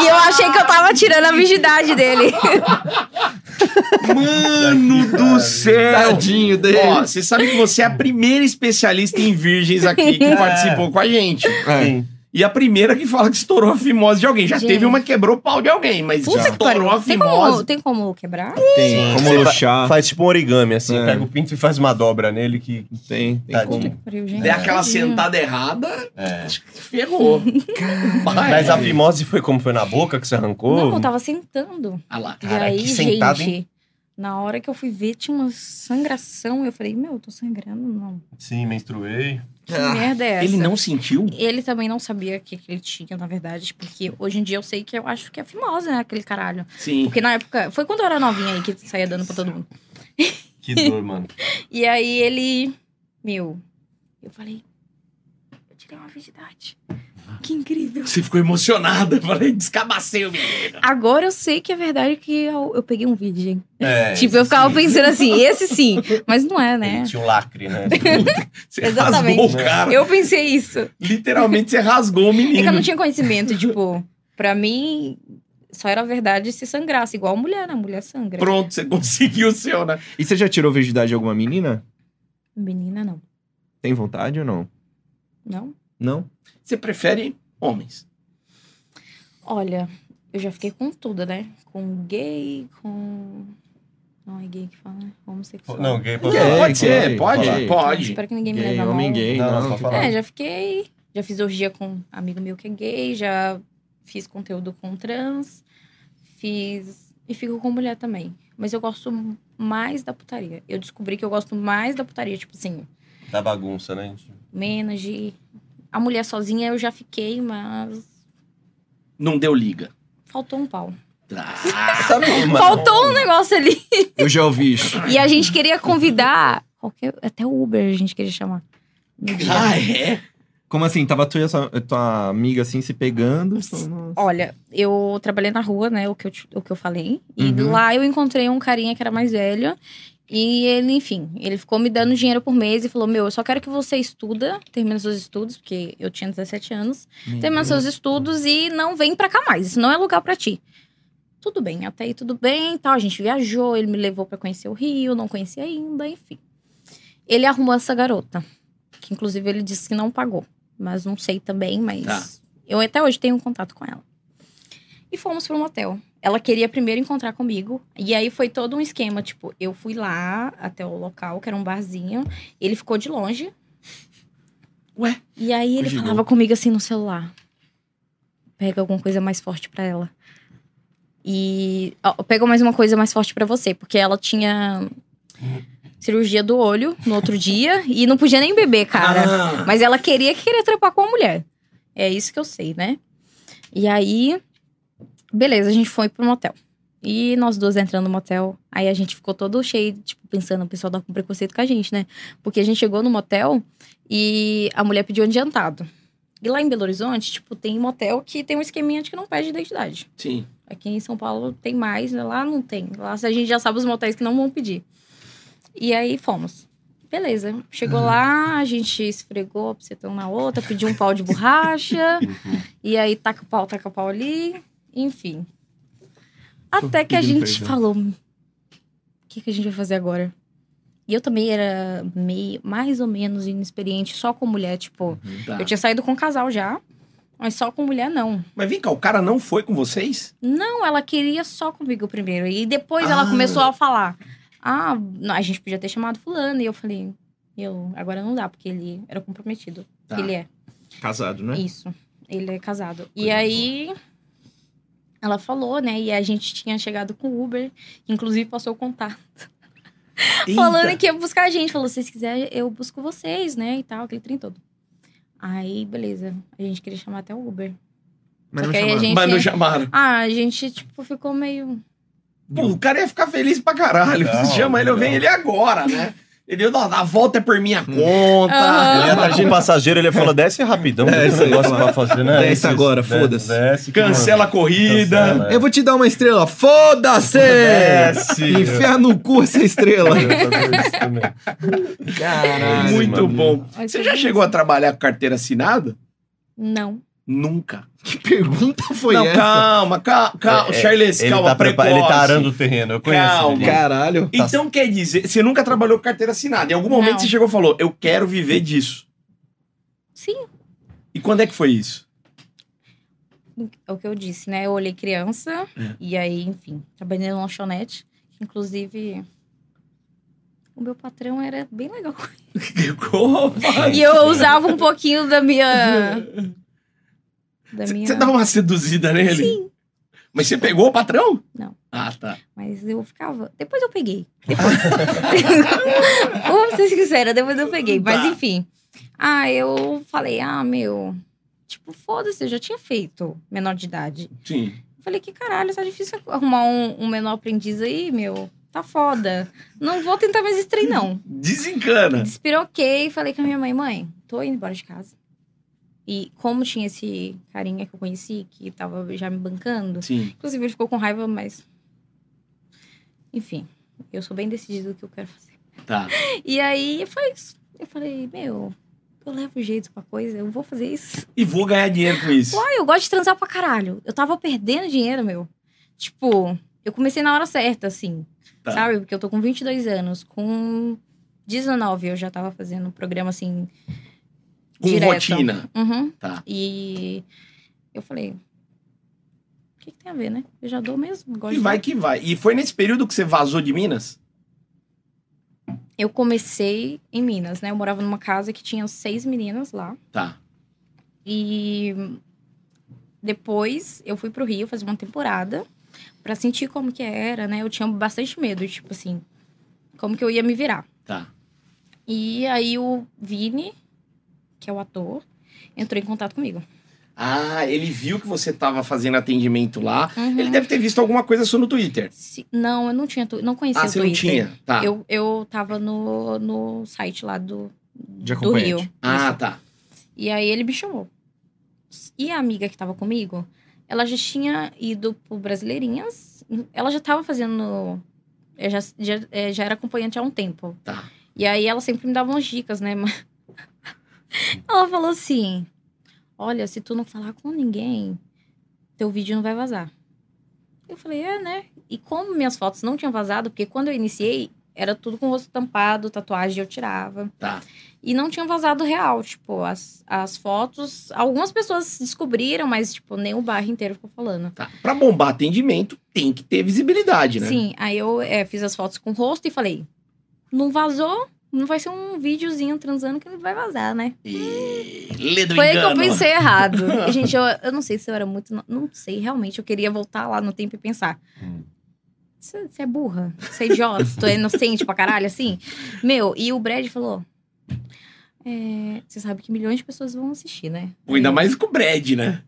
e eu achei que eu tava tirando a virgindade dele. Mano do céu! Tadinho dele. Ó, você sabe que você é a primeira especialista em virgens aqui que participou com a gente. É. Sim. E a primeira que fala que estourou a fimose de alguém. Já Gente. teve uma que quebrou o pau de alguém, mas Puta que estourou a pariu. Tem como, fimose. tem como quebrar? Tem como Você fa- luxar. Faz tipo um origami, assim. É. Pega o pinto e faz uma dobra nele que. tá tipo- Tem, tem Tadinho. como. que pariu, gente. Der aquela sentada errada, acho que ferrou. Vai. Mas a fimose foi como foi na boca que você arrancou? né? Não, tá- eu tava sentando. Ah lá. Cara, e aí, que sentada, gente, na hora que eu fui ver, tinha uma sangração. Eu falei, meu, eu tô sangrando, não. Sim, menstruei. Que merda é essa? Ele não sentiu? Ele também não sabia o que, que ele tinha, na verdade, porque hoje em dia eu sei que eu acho que é fimose, né, aquele caralho. Sim. Porque na época, foi quando eu era novinha aí que saía dando pra todo mundo. Que dor, mano. E aí ele, meu, eu falei, eu tirei uma virgindade. Que incrível. Você ficou emocionada. Eu Falei, descabacei o menino. Agora eu sei que é verdade que eu, eu peguei um virgem. É. tipo, eu ficava pensando assim, esse sim, mas não é, né? Ele tinha um lacre, né? Você Exatamente. rasgou o cara. Eu pensei isso. É Literalmente, você rasgou o que eu não menino. tinha conhecimento, tipo, pra mim só era verdade se sangrasse, igual a mulher, né? Mulher sangra. Pronto, você conseguiu o seu, né? E você já tirou virgindade de alguma menina? Menina, não. Tem vontade ou não? Não? Não? Você prefere homens? Olha, eu já fiquei com tudo, né? Com gay, com. Não é gay que fala, né? Homossexual. Não, gay pra Gay, falar. É, pode ser, gay, pode, gay. pode. Espero que ninguém me Gay, leve a homem mal. gay, Não, não. não, só tipo- falar. É, já fiquei. Já fiz orgia com um amigo meu que é gay, já fiz conteúdo com trans, fiz. E fico com mulher também. Mas eu gosto mais da putaria. Eu descobri que eu gosto mais da putaria, tipo assim, Da bagunça, né? gente? menage. A mulher sozinha eu já fiquei, mas Não deu liga. faltou um pau. Ah, Sabe uma- Faltou um negócio ali. Eu já ouvi isso. E a gente queria convidar. Qualquer, até o Uber a gente queria chamar. No dia. ah, é? Como assim? Tava tu e a sua, a tua amiga assim se pegando. Olha, eu trabalhei na rua, né? O que eu, te- o que eu falei. E Uhum. lá eu encontrei um carinha que era mais velho. E ele, enfim, ele ficou me dando dinheiro por mês e falou: Meu, eu só quero que você estuda, termina seus estudos, porque eu tinha 17 anos, Uhum. termina seus estudos e não vem pra cá mais. Isso não é lugar pra ti. Tudo bem, até aí tudo bem e tal. A gente viajou, ele me levou pra conhecer o Rio, não conhecia ainda, enfim. Ele arrumou essa garota, que inclusive ele disse que não pagou, mas não sei também, mas Tá. eu até hoje tenho um contato com ela. E fomos para um hotel. Ela queria primeiro encontrar comigo. E aí foi todo um esquema. Tipo, eu fui lá até o local, que era um barzinho. Ele ficou de longe. Ué? E aí ele Imaginou. falava comigo assim no celular. Pega alguma coisa mais forte para ela. E ó, pega mais uma coisa mais forte para você, porque ela tinha cirurgia do olho no outro dia e não podia nem beber, cara. Ah. Mas ela queria que queria trepar com a mulher. É isso que eu sei, né? E aí, beleza, a gente foi pro motel. E nós duas entrando no motel, aí a gente ficou todo cheio, tipo, pensando, o pessoal tá com preconceito com a gente, né? Porque a gente chegou no motel e a mulher pediu adiantado. E lá em Belo Horizonte, tipo, tem motel que tem um esqueminha de que não pede identidade. Sim. Aqui em São Paulo tem mais, né? lá não tem. Lá a gente já sabe os motéis que não vão pedir. E aí fomos. Beleza. Chegou lá, a gente esfregou a piscetão na outra, pediu um pau de borracha. e aí taca o pau, taca o pau ali. Enfim. Até que a pedindo gente perdão. falou: o que, que a gente vai fazer agora? E eu também era meio, mais ou menos inexperiente, só com mulher. Tipo, Tá. eu tinha saído com um casal já, mas só com mulher não. Mas vem cá, o cara não foi com vocês? Não, ela queria só comigo primeiro. E depois Ah. ela começou a falar: Ah, não, a gente podia ter chamado fulano. E eu falei, eu, agora não dá, porque ele era comprometido. Tá. Ele é. Casado, né? Isso. Ele é casado. e Coisa aí Ela falou, né? E a gente tinha chegado com o Uber, inclusive passou o contato. Falando que ia buscar a gente. Falou, se vocês quiserem, eu busco vocês, né? E tal, aquele trem todo. Aí, beleza. A gente queria chamar até o Uber. Mas não Só que aí a chamaram. gente- Mas não chamaram. Ah, a gente, tipo, ficou meio. Pô, o cara ia ficar feliz pra caralho. Não, Chama ele, eu não. Hum, venho ele agora, né? Ele, não, a volta é por minha conta. Aham. Ele ia estar de passageiro, ele ia falar, desce rapidão, É, tem isso esse aí, negócio fala. pra fazer, né? Desce Esse- agora, de- foda-se. Desce. que, Cancela a corrida. mano, cancela, é. Eu vou te dar uma estrela. Foda-se! Desce. Enfia no cu essa estrela. Eu ia fazer isso também. É, Caralho. Muito mano. bom. Mas Você foi já bem chegou a trabalhar com carteira assinada? Não. Nunca. Que pergunta foi não, essa? calma, calma, calma. É, Charles, ele calma, tá prepa- precoce. Ele tá arando o terreno, eu conheço. Calma. ele. Caralho. Tá Então quer dizer, você nunca trabalhou com carteira assinada. Em algum momento Não. você chegou e falou, eu quero viver disso. Sim. E quando é que foi isso? É o que eu disse, né? Eu olhei criança e aí, enfim, trabalhei na lanchonete. Inclusive, o meu patrão era bem legal. E eu usava um pouquinho da minha. Da minha. Você dava uma seduzida nele? Sim, Mas você pegou o patrão? Não. Ah, tá. mas eu ficava. Depois eu peguei. Depois. Como vocês quiserem, depois eu peguei. Mas Tá. enfim. Ah, eu falei, ah, meu. Tipo, foda-se, eu já tinha feito menor de idade. Sim. Eu Falei, que caralho, tá difícil arrumar um, um menor aprendiz aí, meu. Tá foda. Não vou tentar mais esse trem, não. Desencana. Despiroquei, falei com a minha mãe, mãe, tô indo embora de casa. E como tinha esse carinha que eu conheci, que tava já me bancando, Sim. inclusive ele ficou com raiva, mas. Enfim, eu sou bem decidida do que eu quero fazer. Tá. E aí foi isso. Eu falei, meu, eu levo jeito pra coisa, eu vou fazer isso. E vou ganhar dinheiro com isso. Pô, Tipo, eu gosto de transar pra caralho. Eu tava perdendo dinheiro, meu. Tipo, eu comecei na hora certa, assim. Tá. Sabe? Porque eu tô com 22 anos. Com 19 eu já tava fazendo um programa, assim, Com direto. rotina. Uhum. Tá. E eu falei... O que, que tem a ver, né? Eu já dou mesmo. Gosto E de vai que vai. E foi nesse período que você vazou de Minas? Eu comecei em Minas, né? Eu morava numa casa que tinha seis meninas lá. Tá. E depois eu fui pro Rio fazer uma temporada pra sentir como que era, né? Eu tinha bastante medo, tipo assim, como que eu ia me virar. Tá. E aí o Vini, que é o ator, entrou em contato comigo. Ah, ele viu que você tava fazendo atendimento lá. Uhum. Ele deve ter visto alguma coisa sua no Twitter. Se- Não, eu não tinha, tu- não conhecia Ah, o você não Twitter. tinha. Tá. Eu, eu tava no, no site lá do, De do Rio. acompanhante. Ah, tá. E aí ele me chamou. E a amiga que tava comigo, ela já tinha ido pro Brasileirinhas. Ela já tava fazendo. eu já, já, eh, já era acompanhante há um tempo. Tá. E aí ela sempre me dava umas dicas, né? Mas- ela falou assim: Olha, se tu não falar com ninguém, teu vídeo não vai vazar. Eu falei, é, né? E como minhas fotos não tinham vazado, porque quando eu iniciei, era tudo com o rosto tampado, tatuagem eu tirava. Tá. E não tinham vazado real, tipo, as, as fotos. Algumas pessoas descobriram, mas, tipo, nem o bairro inteiro ficou falando. Tá. Pra bombar atendimento, tem que ter visibilidade, né? Sim, aí eu é, fiz as fotos com o rosto e falei: não vazou, não vai ser um videozinho transando que não vai vazar, né? E... Lê do Foi aí que eu engano. pensei errado. Gente, eu, eu não sei se eu era muito. no- Não sei, realmente. Eu queria voltar lá no tempo e pensar. Hum. Você é burra, você é idiota, tu é inocente pra caralho, assim. Meu, e o Brad falou. Você sabe que milhões de pessoas vão assistir, né? Pô, Ainda mais com o Brad, né?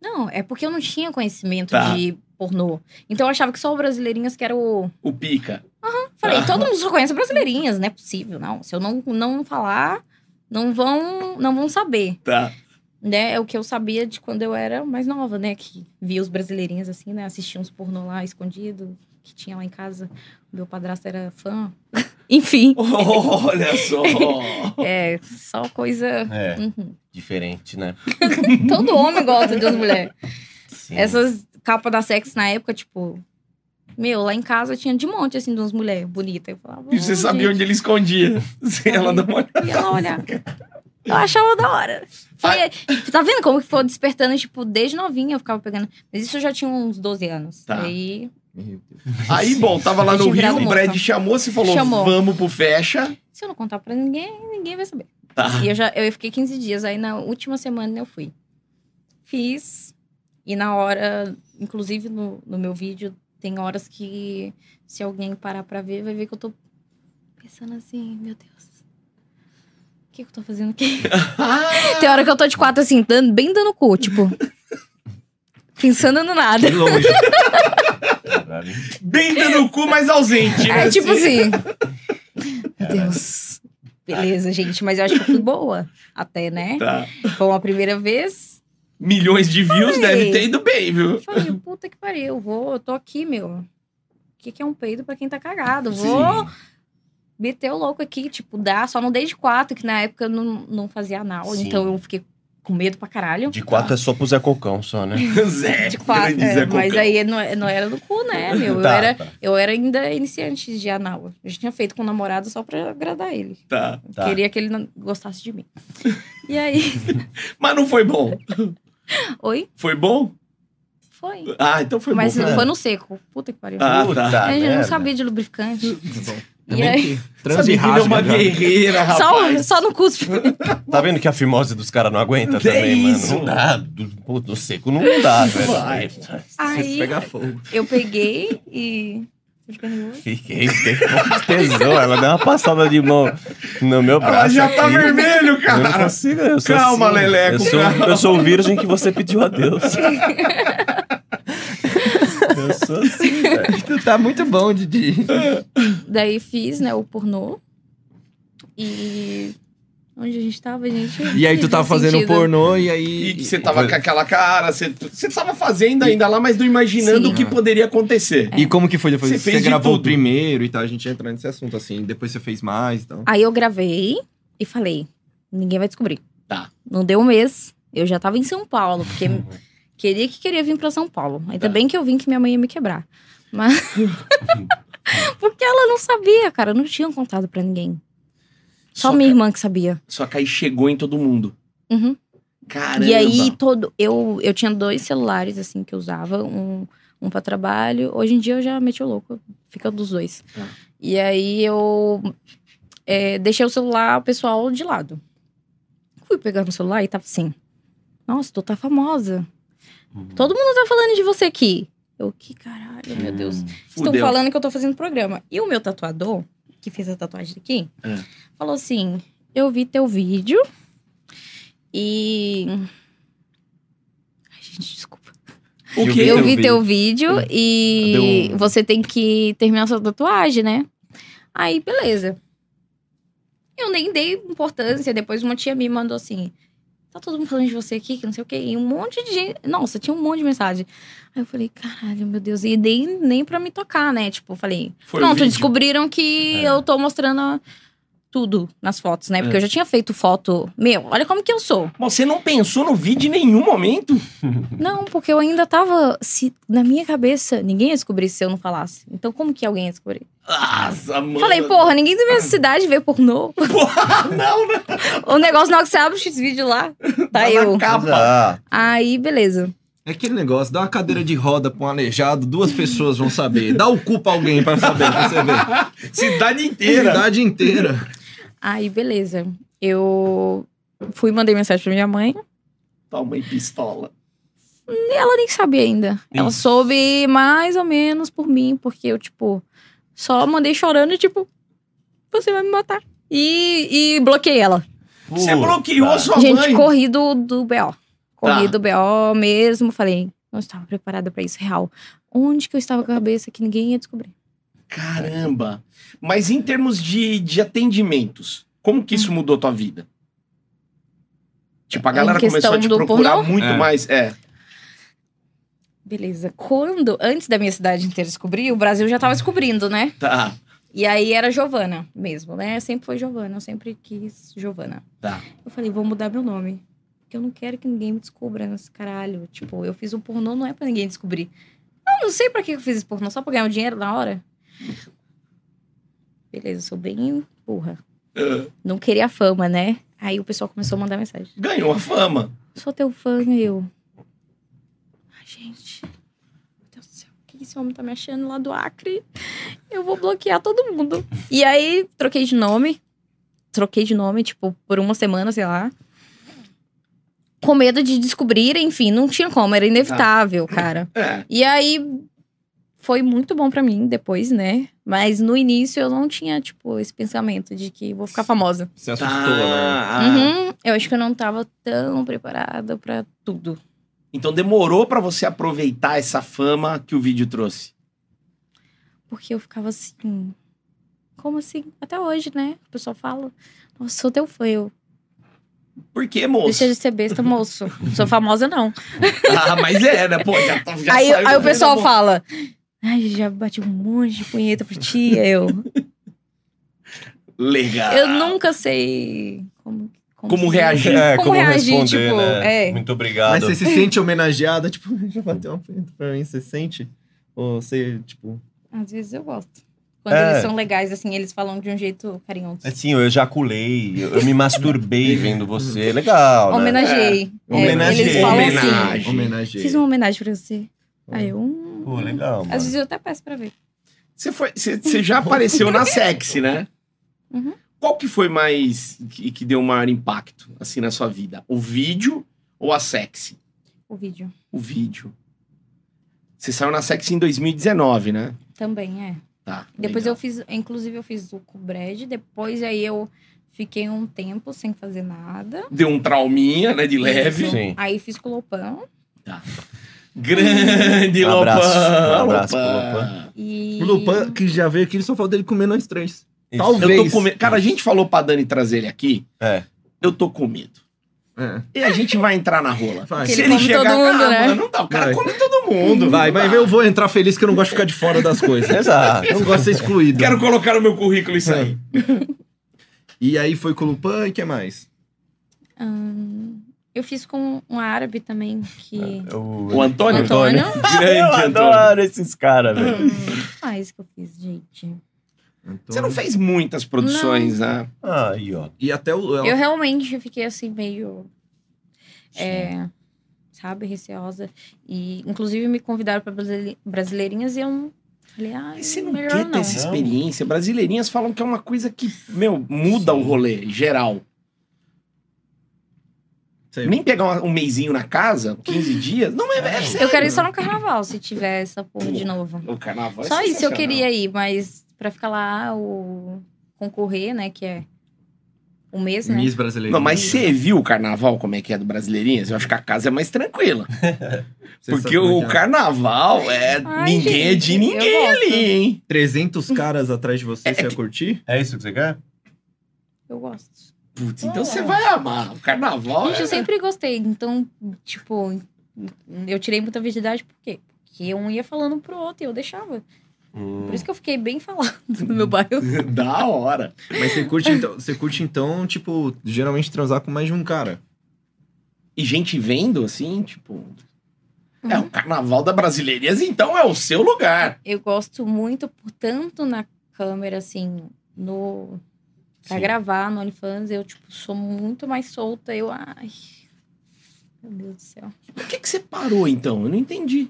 Não, é porque eu não tinha conhecimento Tá. de pornô. Então eu achava que só o Brasileirinhas que era o. O Pica. Falei, Tá. todo mundo só conhece Brasileirinhas, não é possível, não. Se eu não, não falar, não vão, não vão saber. Tá. Né? É o que eu sabia de quando eu era mais nova, né? Que via os brasileirinhas assim, né? Assistia uns pornô lá escondido, que tinha lá em casa. O meu padrasto era fã. Enfim, Olha só. é só coisa. É, Uhum. diferente, né? Todo homem gosta de duas mulheres. Sim. Essas capas da sex na época, tipo. Meu, lá em casa tinha de monte, assim, de umas mulheres bonitas. Eu falava. E você "Ô, sabia gente", onde ele escondia. Sem ela dar uma olhada. E ela olhava. Eu achava da hora. Vai. E, tá vendo como que foi despertando, tipo, desde novinha eu ficava pegando. Mas isso eu já tinha uns 12 anos. Tá. Aí Meu Deus. Aí, bom, tava lá no Tinha Rio, virado o moça. Brad chamou, você falou, Chamou. vamos pro fecha. se eu não contar pra ninguém, ninguém vai saber. Tá. E eu já eu fiquei 15 dias. Aí na última semana eu fui. Fiz. E na hora, inclusive no, no meu vídeo, tem horas que se alguém parar pra ver, vai ver que eu tô pensando assim, meu Deus. O que, que eu tô fazendo aqui? Tem hora que eu tô de quatro assim, dando, bem dando cu, tipo. Pensando no nada. De longe. Caralho. Bem dando o cu, mas ausente. né? É tipo assim. Meu Deus. Beleza, gente, mas eu acho que eu fui boa. Até, né? Tá. Foi uma primeira vez. Milhões de views Ai. deve ter ido bem, viu? Eu falei, puta que pariu, vou, eu tô aqui, meu. O que, que é um peido pra quem tá cagado? Vou meter o louco aqui, tipo, dar, só não dei de quatro, que na época eu não, não fazia anal, Sim. então eu fiquei com medo pra caralho. De quatro é só pro Zé Cocão, só, né? Zé. De quatro, grande é, Zé mas Cocão. aí não, não era do cu, né, meu? Eu, Tá, era, tá. eu era ainda iniciante de anal. Eu já tinha feito com o namorado só pra agradar ele. Tá. Tá. Queria que ele não gostasse de mim. E aí, Mas não foi bom. oi, Foi bom? foi. Ah, então foi mas bom. cara. foi no seco. Puta que pariu. Ah, Puta tá. eu já não merda. sabia de lubrificante. E Tá Também aí? que Essa Trans e menina é rasga, uma já. guerreira, Só, um- rapaz. só no cuspe. Tá vendo que a fimose dos caras não aguenta Que também, isso? mano? Não dá. Do, pô, do seco não dá, velho. Vai. Aí Pega fogo. eu peguei e. Você fica nervoso? Fiquei, fiquei com tesão. Ela deu uma passada de mão no meu braço. Ela já tá aqui. vermelho, Eu não cara. consigo, eu sou Calma, assim. Leleco, Eu sou, calma. eu sou o virgem que você pediu a Deus. eu sou assim, velho. Tu tá muito bom, Didi. Daí fiz, né, o pornô. E. Onde a gente tava, gente? E aí tu Não tava faz fazendo sentido. pornô e aí. E que você tava com aquela cara, você, você tava fazendo ainda lá, mas não imaginando Sim. o que poderia É, acontecer. E como que foi depois? Você Você, fez de gravou tudo. o primeiro e tal, a gente ia entrar nesse assunto assim. Depois você fez mais então. e tal. Aí eu gravei e falei: ninguém vai descobrir. Tá. Não deu um mês. Eu já tava em São Paulo, porque queria que queria vir pra São Paulo. Ainda Tá. bem que eu vim que minha mãe ia me quebrar. Mas. porque ela não sabia, cara. Não tinha contado pra ninguém. Só, Só minha que- irmã que sabia. Só que aí chegou em todo mundo. Uhum. Caramba. E aí, todo. Eu, eu tinha dois celulares, assim, que eu usava, um, um pra trabalho. Hoje em dia eu já meti o louco, fica dos dois. Tá. E aí eu é, deixei o celular pessoal de lado. Fui pegando o celular e tava assim. Nossa, tu tá famosa. Todo mundo tá falando de você aqui. Eu, que caralho, meu Deus. Estão Fudeu. falando que eu tô fazendo programa. E o meu tatuador, que fez a tatuagem daqui, É. falou assim: Eu vi teu vídeo e. Ai, gente, desculpa. O Eu quê? vi eu teu vi teu vídeo. vídeo e Deu um- você tem que terminar sua tatuagem, né? Aí, beleza. Eu nem dei importância. Depois uma tia me mandou assim: Tá todo mundo falando de você aqui, que não sei o quê. E um monte de gente. Nossa, tinha um monte de mensagem. Aí eu falei: Caralho, meu Deus. E dei nem pra me tocar, né? Tipo, eu falei: Foi o Pronto, vídeo. descobriram que É. eu tô mostrando a- tudo nas fotos, né? Porque eu já tinha feito foto. Meu, olha como que eu sou. Mas Você não pensou no vídeo em nenhum momento? Não, porque eu ainda tava. Se, na minha cabeça, ninguém ia descobrir se eu não falasse. Então, como que alguém ia descobrir? Nossa, mano. Falei, porra, ninguém da minha cidade vê pornô. Porra, não, né? o negócio não que você abre esse vídeo lá. Tá na eu. capa. Ah, Aí, beleza. É aquele negócio, dá uma cadeira de roda pra um aleijado, duas pessoas vão saber. Dá o cu pra alguém pra saber, pra você ver. Cidade inteira. Cidade inteira. Aí, beleza. Eu fui mandei mensagem pra minha mãe. Toma aí, pistola. E ela nem sabia ainda. Ela Ixi. soube mais ou menos por mim, porque eu, tipo, só mandei chorando, tipo, você vai me matar. E, e bloqueei ela. Você é puta. bloqueou a sua Gente, mãe. corri do, do BO. Corri Tá. do BO mesmo. Falei, não estava preparada pra isso, real. Onde que eu estava com a cabeça que ninguém ia descobrir? Caramba. Mas em termos de, de atendimentos, como que isso mudou a tua vida? Tipo, a Hum. Em galera começou a questão te do procurar pornô? muito É. mais. É. Beleza. Quando, antes da minha cidade inteira descobrir, o Brasil já tava descobrindo, né? Tá. E aí era Giovana mesmo, né? Sempre foi Giovana, eu sempre quis Giovana. Tá. Eu falei, vou mudar meu nome. Porque eu não quero que ninguém me descubra nesse caralho. Tipo, eu fiz um pornô, não é pra ninguém descobrir. Eu não sei pra que eu fiz esse pornô, só pra ganhar um dinheiro na hora? Beleza, eu sou bem burra. Ah, Não queria fama, né? Aí o pessoal começou a mandar mensagem. Ganhou a fama. Sou teu fã, e eu. Ai, gente. Meu Deus do céu, o que esse homem tá me achando lá do Acre? Eu vou bloquear todo mundo. E aí, troquei de nome. Troquei de nome, tipo, por uma semana, sei lá. com medo de descobrir, enfim, não tinha como, era inevitável, cara. É. E aí foi muito bom pra mim depois, né? Mas no início eu não tinha, tipo, esse pensamento de que vou ficar famosa. Você Tá. assustou, né? ah. Uhum, eu acho que eu não tava tão preparada pra tudo. Então demorou pra você aproveitar essa fama que o vídeo trouxe. Porque eu ficava assim. Como assim? Até hoje, né? O pessoal fala, nossa, sou teu fã. Eu, Por quê, moço? Deixa de ser besta, moço. Não sou famosa, não. Ah, mas é, né? Pô, já, tá- já aí saiu aí da o pessoal mão. fala: Ai, já bati um monte de punheta pra ti. Eu, Legal. eu nunca sei como, Como se- reagir. É, como, reagir, responder, tipo, né? é. Muito Mas obrigado. você se sente homenageada? Tipo, já bateu uma punheta pra mim, você sente? Ou você, tipo... Às vezes eu gosto. Quando É. eles são legais, assim, eles falam de um jeito carinhoso. Assim, eu ejaculei, eu, eu me masturbei vendo você. Legal, né? Homenageei. É, Homenageei. Eles falam assim: Homenagem. Homenageia. fiz uma homenagem pra você. Aí eu. hum. Pô, legal, mano. Às vezes eu até peço pra ver. Você, foi, você, você já apareceu na sexy, né? Uhum. Qual que foi mais que, que deu maior impacto assim na sua vida? O vídeo ou a sexy? O vídeo O vídeo. Você saiu na sexy em 2019, né? também é. Tá. Depois eu fiz, inclusive eu fiz o Cubred, depois aí eu fiquei um tempo sem fazer nada. eu deu um trauminha, né, de leve. Sim. Aí fiz com o Lopão Grande Um Lopan. abraço, um abraço pro e O Lupan, que já veio aqui, ele só falta dele comer nós três. Isso. Talvez. Eu tô com medo. Cara, a gente falou pra Dani trazer ele aqui. É. Eu tô com medo. É. E a gente vai entrar na rola. Vai. Porque ele come todo mundo, né? Ah, mano, não dá. O cara Vai. come todo mundo. Vai, Não mas dá. eu vou entrar feliz que eu não gosto de ficar de fora das coisas. Exato. Eu não gosto de ser excluído. É. Quero colocar no meu currículo isso aí. É. E aí foi com o Lupan e o que mais? Ahn, eu fiz com um árabe também que O Antônio? Antônio. Grande Eu Antônio. adoro esses caras, velho. mais Hum, que eu fiz, gente. Você não fez muitas produções, né? Aí, ó. E até o... Eu realmente fiquei assim meio é, sabe, receosa e inclusive me convidaram para brasileirinhas e eu não- falei, ah, Mas Você não melhor quer ter não. essa experiência. Brasileirinhas falam que é uma coisa que, meu, muda o rolê geral. Sei. Nem pegar uma- um meizinho na casa, 15 dias, não é, é sério. Eu quero ir só no carnaval se tiver essa porra de novo. O carnaval é Só isso eu sensacional. queria ir, mas pra ficar lá, o concorrer, né, que é um mês, né? Miss brasileira. Não, mas você viu o carnaval, como é que é do Brasileirinhas? Eu acho que a casa é mais tranquila. Porque é o carnaval é. Ai, ninguém é de gente, eu ninguém gosto. ali, hein? 300 caras atrás de você, você ia curtir? É isso que você quer? Eu gosto. Putz, então você vai amar. O carnaval. Gente, é- eu sempre gostei, então, tipo, eu tirei muita virgindade por quê? Porque um ia falando pro outro e eu deixava. Por isso que eu fiquei bem falado no meu bairro. é Da hora. Mas você curte, então, você curte, então, tipo, geralmente transar com mais de um cara. E gente vendo, assim, tipo. É, Uhum. o carnaval da Brasileirinhas, então, é o seu lugar. Eu gosto muito, portanto, na câmera, assim, no... Pra Hum, Sim. gravar no OnlyFans, eu, tipo, sou muito mais solta. Eu, ai... Meu Deus do céu. Por que, que você parou, então? Eu não entendi.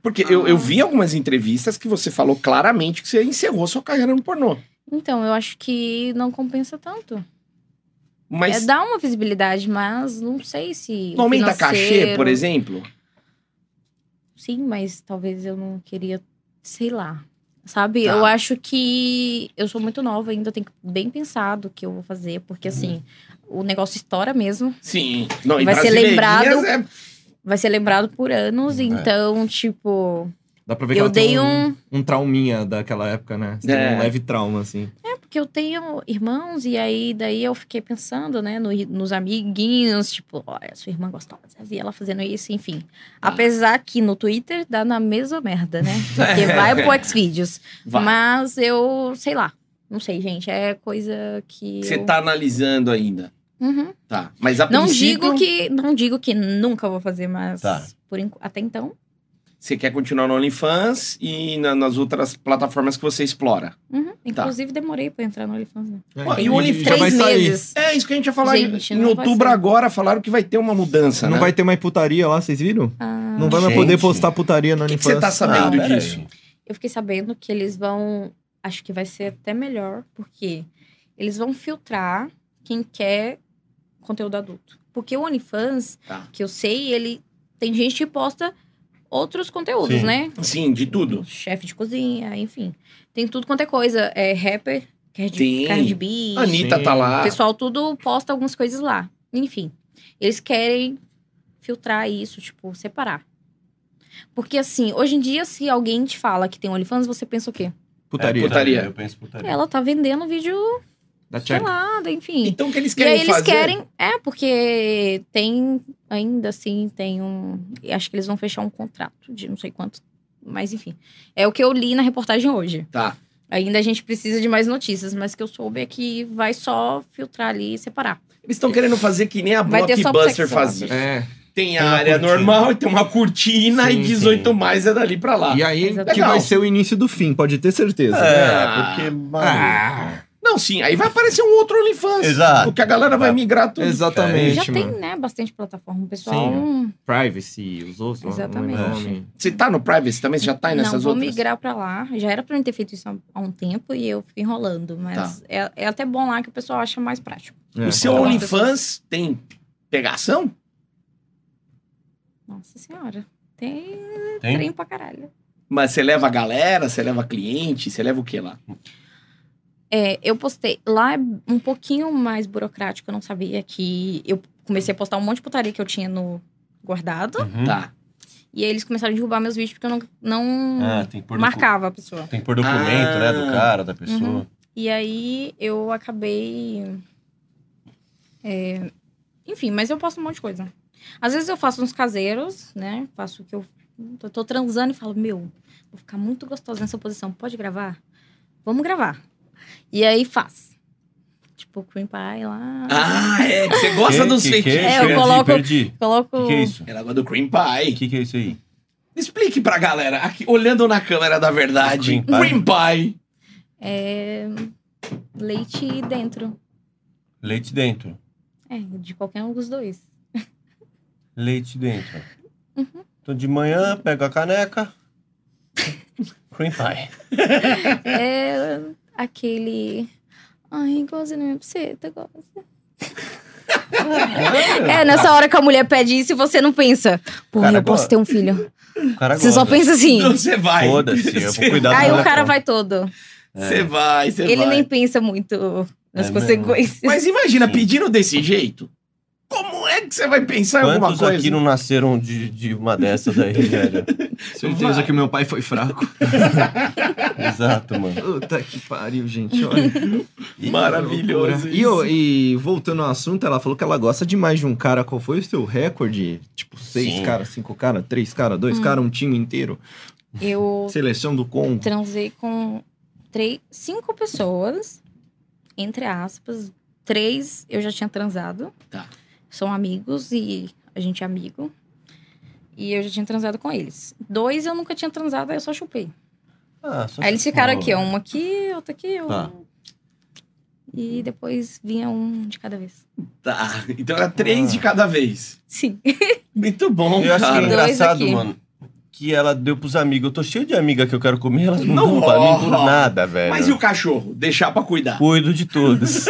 Porque eu, Ah. eu vi algumas entrevistas que você falou claramente que você encerrou sua carreira no pornô. Então, eu acho que não compensa tanto. Mas É dar uma visibilidade, mas não sei se. o não aumenta cachê, financeiro- por exemplo? Sim, mas talvez eu não queria, sei lá. Sabe? Tá. Eu acho que eu sou muito nova ainda, eu tenho que bem pensado o que eu vou fazer, Uhum. porque assim, o negócio estoura mesmo. Sim. Não, e Vai ser lembrado. Brasileirinhas é- Vai ser lembrado por anos, então, tipo, Dá pra ver que eu ela tem dei um, um... um trauminha daquela época, né? Você tem É. Um leve trauma, assim. Porque eu tenho irmãos, e aí daí eu fiquei pensando, né, no- nos amiguinhos, tipo, olha, sua irmã gostosa, e ela fazendo isso, enfim. Ah. Apesar que no Twitter dá na mesma merda, né? Porque vai pro Xvideos. É. Vai. Mas eu, sei lá, não sei, gente, é coisa que. Você eu- tá analisando ainda. Uhum. Tá. Mas a Não princípio, digo que. Não digo que nunca vou fazer, mas Tá. por enqu- até então. Você quer continuar no OnlyFans e na- nas outras plataformas que você explora. Uhum. Inclusive, demorei pra entrar no OnlyFans. né? É, Ó, Tá. Ah, e entendi. o OnlyFans- Já Três vai sair. meses. É isso que a gente ia falar. em- Gente, em não vai outubro ser. agora falaram que vai ter uma mudança, Não né? vai ter mais putaria lá, vocês viram? Ah, Não vai mais Gente. poder postar putaria no O que que OnlyFans. você tá Ah, sabendo pera aí. É disso? eu fiquei sabendo que eles vão. Acho que vai ser até melhor, porque eles vão filtrar quem quer conteúdo adulto. Porque o OnlyFans, Tá. que eu sei, ele tem gente que posta outros conteúdos, Sim. né? Sim, de tudo. Chefe de cozinha, enfim. Tem tudo quanto é coisa. É rapper, Tem. Cardi, Cardi B. A Anitta Sim. tá lá. O pessoal tudo posta algumas coisas lá. Enfim, eles querem filtrar isso, tipo, separar. Porque assim, hoje em dia, se alguém te fala que tem OnlyFans, você pensa o quê? Putaria. É, putaria. Eu penso putaria. Ela tá vendendo vídeo Da Tchak. pelado, enfim. Então o que eles E querem aí eles fazer? querem. É, porque tem. Ainda assim, tem um. Acho que eles vão fechar um contrato de não sei quanto. Mas enfim. É o que eu li na reportagem hoje. Tá. Ainda a gente precisa de mais notícias, mas que eu soube é que vai só filtrar ali e separar. Eles estão querendo fazer que nem a Vai ter só Blockbuster pro sexual. fazia. É. Tem Tem a uma área cortina. normal e tem uma cortina Sim, e 18 mais é dali pra lá. E aí que Legal. vai ser o início do fim, pode ter certeza. Ah. É, porque. Ah. Não, sim, aí vai aparecer um outro OnlyFans. Exato. Porque a galera vai migrar tudo. Exatamente. Já tem, mano. né, bastante plataforma. O pessoal. Sim. hum, Privacy, os outros. não é Exatamente. nome. Você tá no privacy também? Você já tá aí não, nessas vou outras? migrar pra lá. Já era pra mim ter feito isso há há um tempo e eu fiquei enrolando. Tá. Mas é, é até bom lá que o pessoal acha mais prático. É. O seu Pra lá. OnlyFans tem pegação? Nossa senhora. Tem Tem? trem pra caralho. Mas você leva a galera, você leva cliente, você leva o que lá? É, eu postei. Lá é um pouquinho mais burocrático. Eu não sabia que. Eu comecei a postar um monte de putaria que eu tinha no guardado. Uhum. Tá. E aí eles começaram a derrubar meus vídeos porque eu não, não Ah, tem que pôr docu- marcava a pessoa. Tem que pôr documento, Ah. né? Do cara, da pessoa. Uhum. E aí eu acabei. é, Enfim, mas eu posto um monte de coisa. Às vezes eu faço uns caseiros, né? Faço o que eu. Eu tô transando e falo, meu, vou ficar muito gostosa nessa posição. Pode gravar? Vamos gravar. E aí faz. Tipo, cream pie lá. Ah, é. Você gosta Que- dos que- que- feitiços. É, eu perdi, coloco- Perdi. Coloco. O que, que é isso? Ela gosta do cream pie. O que, que é isso aí? Explique pra galera, aqui, olhando na câmera da verdade, cream Cream pie. É, Leite dentro. Leite dentro. É, de qualquer um dos dois. Leite dentro. Uhum. Então de manhã, pego a caneca. Cream pie. É aquele. Ai, goza na minha buceta, goza. É, nessa hora que a mulher pede isso e você não pensa. Pô, Cara, eu posso agora- ter um filho. O cara Você só gosta. pensa assim. Então você vai. Foda-se, eu vou Você cuidar do Aí o molecão. cara vai todo. você vai, você Ah, Ele vai. nem pensa muito nas É consequências. Mas imagina, Sim. pedindo desse jeito, como é que você vai pensar em alguma Quantos coisa? aqui não nasceram de, de uma dessas aí, velho? Certeza Vai. que meu pai foi fraco. Exato, mano. Puta que pariu, gente. Olha. Maravilhoso. E, ô, e voltando ao assunto, ela falou que ela gosta demais de um cara. Qual foi o seu recorde? Tipo, seis Sim. caras, cinco caras, três caras, dois Hum. caras, um time inteiro. Eu Seleção do Congo. transei com três, cinco pessoas, entre aspas. Três eu já tinha transado. Tá. São amigos e a gente é amigo. E eu já tinha transado com eles. Dois eu nunca tinha transado, aí eu só chupei. Ah, só Aí eles ficaram chupou. aqui, ó, um aqui, outro aqui, um. Tá. E depois vinha um de cada vez. Tá, então era três de cada vez. Sim. Muito bom, Eu acho que é cara. Dois engraçado, aqui. mano, que ela deu pros amigos. Eu tô cheio de amiga que eu quero comer, elas não, Não dão pra mim por rola. nada, velho. Mas e o cachorro? Deixar pra cuidar. Cuido de todas.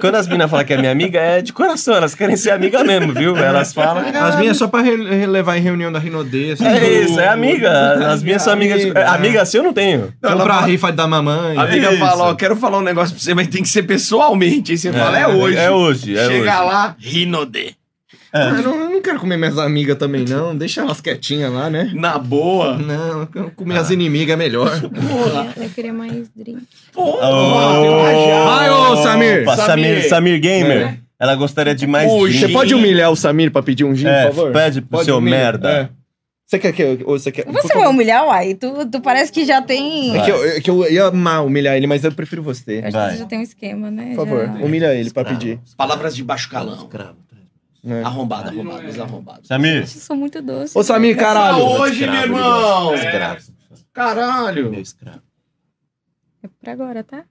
Quando as meninas falam que é minha amiga, é de coração. Elas querem ser amiga mesmo, viu? Elas falam... "Ah, As minhas só pra re- relevar em reunião da Rinodê. essas É coisas. isso, é amiga. As minhas são amigas. de- Amiga, Amiga, né? assim eu não tenho. Não, Comprar ela a fala- rifa da mamãe. A amiga Isso. fala, ó, quero falar um negócio pra você, mas tem que ser pessoalmente. Aí você fala, é hoje. É hoje, é Chega hoje. lá, Rinodê. Ah, eu, não, eu não quero comer minhas amigas também, não. Deixa elas quietinhas lá, né? Na boa. Não, eu quero comer as inimigas é melhor. Porra. Eu queria mais drink. Porra. um Oh. Vai, ô, Samir. Opa, Samir, Samir. Samir Gamer. Ela gostaria de mais Puxa, gin. Você pode humilhar o Samir pra pedir um gin, É, por favor? pede pro seu humilhar, merda. é. Você quer que eu... ou Você, quer, Você é um vai humilhar, uai? Tu, tu parece que já tem. É que, eu, é que eu ia amar humilhar ele, mas eu prefiro você. Acho que vai. você já tem um esquema, né? Por favor, Já- humilha ele pra pedir. Palavras de baixo calão. né? Arrombado, arrombado, os arrombados. Samir. Eu sou muito doce. Ô, Samir, Ah, caralho! hoje, meu irmão! Escravo. Caralho! escravo. É por agora, tá?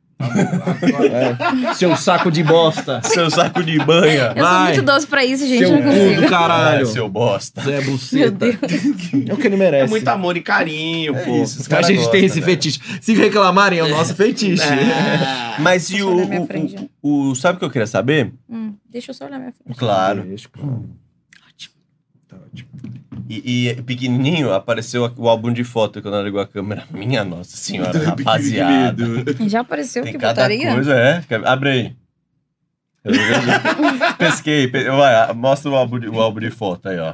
Seu saco de bosta. Seu saco de banha. Eu sou Vai. muito doce pra isso, gente. Seu não cu consigo. do caralho. É, seu bosta. Zé Meu Buceta. Deus. É o que ele merece. É muito amor e carinho, É pô. isso, os a cara gente tem gosta, esse né? fetiche. Se reclamarem, é o nosso fetiche. Ah. Mas e Deixa eu o, olhar minha o- franja. o, o- Sabe o que eu queria saber? Hum, deixa eu só olhar minha frente. Claro. Beijo, claro. Tá ótimo. E, e pequenininho apareceu o álbum de foto que eu não ligou a câmera. Minha nossa senhora, Então, rapaziada. Já apareceu Tem que cada botaria? coisa, é. Quer- Abre aí. Eu- eu- Pesquei. pe- Vai, mostra o álbum, de, o álbum de foto aí, ó.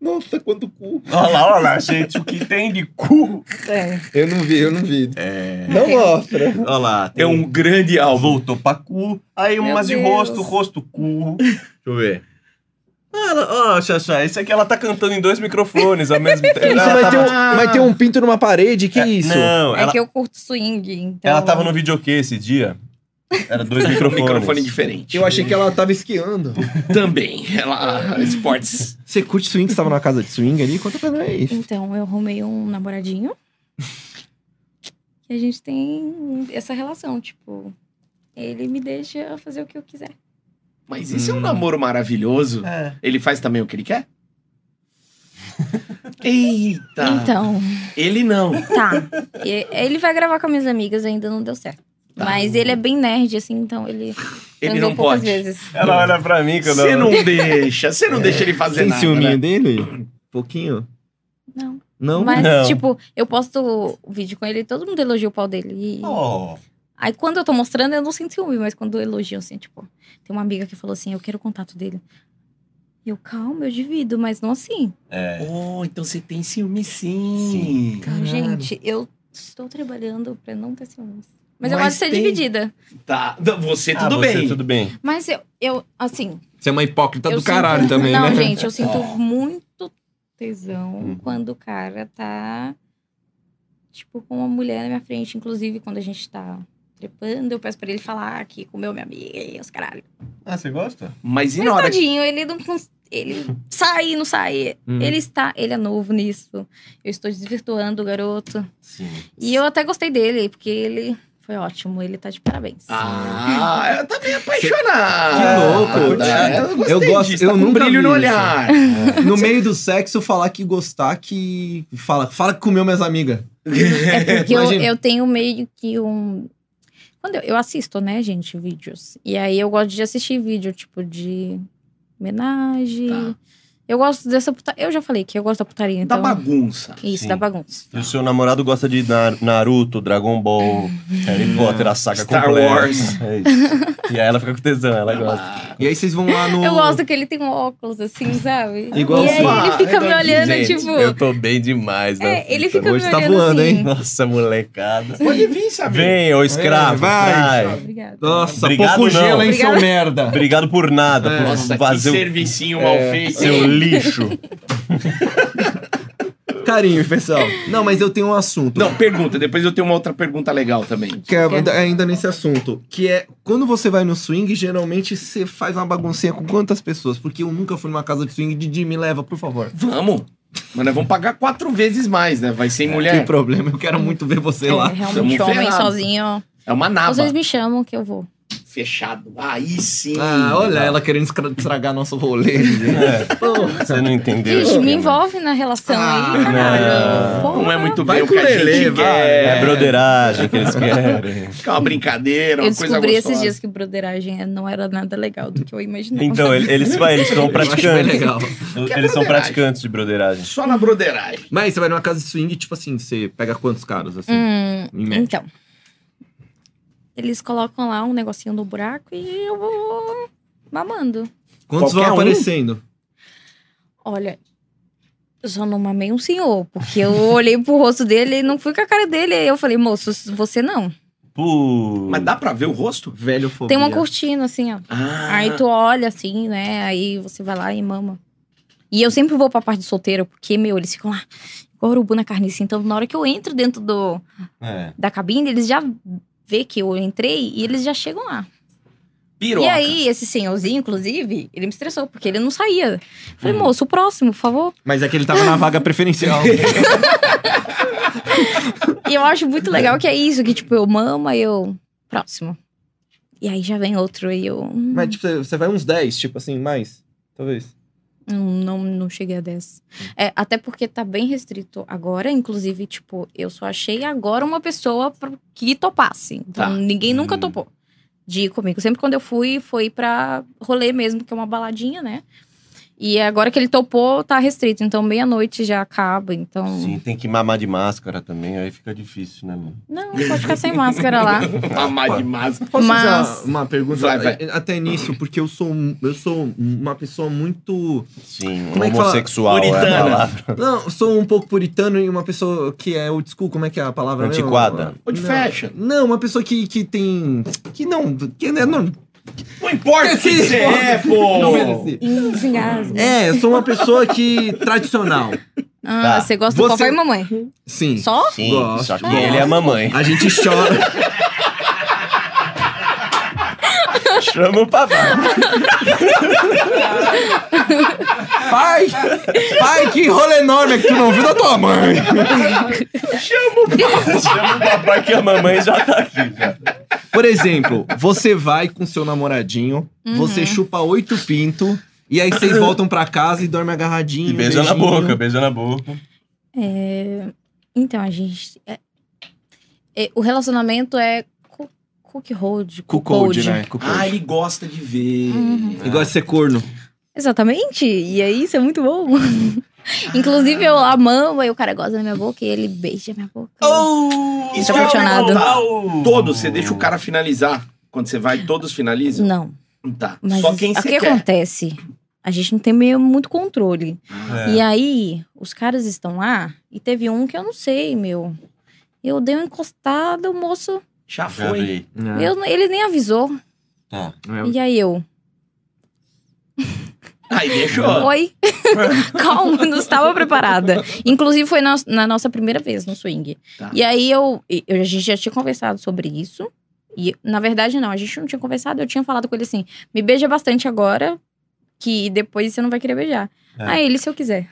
Nossa, quanto cu. Olha lá, olha lá, gente. O que tem de cu? É. Eu não vi, eu não vi. É. Não mostra. Olha lá. É um grande Ah, álbum. voltou pra cu. Aí Meu umas de Deus. rosto, rosto, cu. Deixa eu ver. Ah, ela- ó, Xaxá, isso aqui ela tá cantando em dois microfones ao mesmo tempo. Isso, Ela mas, tem tava- um, mas tem um pinto numa parede, que isso? Não, É ela, que eu curto swing, então. ela tava no videokê esse dia. Era dois Um microfones. microfone diferente. Eu achei que ela tava esquiando. Também. Ela, esportes. Você curte swing? Você tava numa casa de swing ali? Conta pra nós. Então, eu arrumei um namoradinho. e a gente tem essa relação, tipo. Ele me deixa fazer o que eu quiser. Mas isso é Hum. um namoro maravilhoso. É. Ele faz também o que ele quer? Eita! Então, Ele não. tá. E- Ele vai gravar com as minhas amigas, ainda não deu certo. Tá. Mas ele é bem nerd, assim, então ele. Ele transou não poucas pode. vezes. Ela olha pra mim quando Você ela- não deixa, você não deixa ele fazer É. Sem nada. ciúminho né? dele? Pouquinho? Não. Não? Mas, Não. tipo, eu posto o vídeo com ele e todo mundo elogia o pau dele. E- Oh. Aí quando eu tô mostrando, eu não sinto ciúme, mas quando eu elogio, assim, tipo, tem uma amiga que falou assim, eu quero o contato dele. E eu, calma, eu divido, mas não assim. É. Oh, então você tem ciúme sim. Caralho. Gente, eu estou trabalhando pra não ter ciúmes. Mas, eu Mas gosto de ser tem. dividida. Tá. Não, Você Ah, tudo você, bem. Tudo bem. Mas eu, eu assim. Você é uma hipócrita eu do caralho sinto... também, não, né? gente, eu sinto muito tesão Uhum. quando o cara tá, tipo, com uma mulher na minha frente. Inclusive, quando a gente tá trepando, eu peço pra ele falar que comeu minha amiga e os caralho. Ah, você gosta? Mas e Mas tá na hora que tadinho, ele não cons- ele sai, não sai. Hum. Ele está, ele é novo nisso. Eu estou desvirtuando o garoto. Sim. E eu até gostei dele, porque ele foi ótimo, ele tá de parabéns. Ah, eu também apaixonado. Que louco. Tá, Eu, gostei Eu gosto- disso, eu tá com um nunca brilho vi no isso. É. olhar. No meio do sexo, falar que gostar, que. Fala, fala que comeu minhas amigas. É porque eu, Imagina. eu tenho meio que um. Quando eu, eu assisto, né, gente, vídeos. E aí eu gosto de assistir vídeo, tipo, de homenagem. Tá. Eu gosto dessa putaria. Eu já falei que eu gosto da putaria, Da então. bagunça. Isso, Sim. da bagunça. E o seu namorado gosta de Nar- Naruto, Dragon Ball, Harry Potter, a saga Star completa. Wars. É isso. E aí ela fica com tesão, ela gosta. Ah, E aí vocês vão lá no. Eu gosto que ele tem um óculos, assim, sabe? Igual e aí uma- ele fica me igual- olhando, Gente, tipo. Eu tô bem demais, né? É, ele fica Hoje me tá olhando voando, assim. hein? Nossa, molecada. Pode vir, sabe? Vem, ô escravo. É, vai. vai. Obrigada. Nossa, Obrigado, pouco não. gelo, hein, Obrigado. seu merda. Obrigado por nada, É. Nossa, por que fazer servicinho mal o feito. seu lixo. Carinho, pessoal. Não, mas eu tenho um assunto. Não, pergunta. Depois eu tenho uma outra pergunta legal também. Que é ainda, ainda nesse assunto, que é quando você vai no swing, geralmente você faz uma baguncinha com quantas pessoas? Porque eu nunca fui numa casa de swing. Didi, me leva, por favor. Vamos. Mas nós vamos pagar quatro vezes mais, né? Vai sem Não tem mulher. problema, eu quero muito ver você É, lá. realmente, tamo homem ferrado. sozinho. ó. É uma naba. Vocês me chamam que eu vou. Fechado. Aí sim. né? Ah, olha ela querendo escra- estragar nosso rolê. É, Pô, você não entendeu. Gente, me esquema. envolve na relação Ah, aí, não. caralho. Porra. Não é muito Vai bem o com que a o Lelê, gente vai. quer. É broderagem que eles querem. É uma brincadeira, Eu uma coisa descobri esses gostosa. dias que broderagem é, não era nada legal do que eu imaginava. Então, ele- eles, vai, eles são eu acho bem praticantes. legal. Eles são praticantes de broderagem. Só na broderagem. Mas você vai numa casa de swing, tipo assim, você pega quantos caras, assim? Hum, Em média. então. Eles colocam lá um negocinho no buraco e eu vou mamando. Quantos vão qualquer um? aparecendo? Olha, eu só não mamei um senhor, porque eu olhei pro rosto dele e não fui com a cara dele. Aí eu falei, moço, você não. Pô. Mas dá pra ver o rosto? Velho fobia. Tem uma cortina, assim, ó. Ah, Aí tu olha assim, né? Aí você vai lá e mama. E eu sempre vou pra parte de solteiro, porque, meu, eles ficam lá, igual urubu na carniça. Então, na hora que eu entro dentro do, É. da cabine, eles já vê que eu entrei e eles já chegam lá. piroca. E aí, esse senhorzinho, inclusive, ele me estressou, porque ele não saía. Eu Falei, moço, o próximo, por favor. Mas é que ele tava na vaga preferencial. E eu acho muito legal que é isso, que tipo, eu mamo, aí eu próximo. E aí já vem outro e eu. hum, Mas, tipo, você- você vai uns 10, tipo assim, mais? Talvez. Não, não, não cheguei a 10. É, até porque tá bem restrito agora. Inclusive, tipo, eu só achei agora uma pessoa pra- que topasse. Então, Tá. ninguém nunca Hum. topou de ir comigo. Sempre quando eu fui, foi pra rolê mesmo, que é uma baladinha, né? E agora que ele topou, tá restrito. Então, meia-noite já acaba. Então. Sim, tem que mamar de máscara também, aí fica difícil, né, mano? Não, pode ficar sem máscara lá. Amar demais. Posso Mas- fazer uma, uma pergunta É, Vai, vai. até nisso, porque eu sou, um- eu sou uma pessoa muito. Sim, Como é que fala? homossexual é, a Puritana. palavra. Não, sou um pouco puritano e uma pessoa que é old school, como é que é a palavra? mesmo? Antiquada. Old Não. fashion. Não, uma pessoa que, que tem. Que não. Que não, não, Não importa o que Sim. você é, pô! não merece. Engasga. É, eu sou uma pessoa que. tradicional. Ah, Tá. você gosta Você- do papai e mamãe? Sim. Só? Sim, Gosto, só que gosto. ele é a mamãe. A gente chora. Chama o papai. Pai! Pai, que rolo enorme é que tu não viu da tua mãe! Chama o papai que a mamãe já tá aqui. Já. Por exemplo, você vai com seu namoradinho, Uhum. você chupa oito pinto, e aí vocês voltam pra casa e dorme agarradinho. E beija na beijinho. boca, beija na boca. Então, a gente. é- é- o relacionamento é cu- cookie hold. Cuckold, né? Cuckold. Ah, ele gosta de ver. Uhum. E gosta de ser corno. Exatamente. E aí, isso é muito bom. Inclusive, eu a mamo, aí o cara goza na minha boca e ele beija minha boca. Isso Tô que é eu ia apaixonado. perguntar. Todos, você deixa o cara finalizar. Quando você vai, todos finalizam? Não, Tá. mas é Só quem o que você quer. acontece? A gente não tem meio muito controle. É. E aí, os caras estão lá e teve um que eu não sei, meu. Eu dei uma encostada, o moço. Já Já foi. vi. É. eu- ele nem avisou. Ah, Tá. E aí eu. Aí deixou. Oi. Calma, não estava preparada. Inclusive, foi na, na nossa primeira vez no swing. Tá. E aí eu, eu- A gente já tinha conversado sobre isso. E, na verdade, não, a gente não tinha conversado. Eu tinha falado com ele assim: me beija bastante agora, que depois você não vai querer beijar. É. Aí ele, se eu quiser.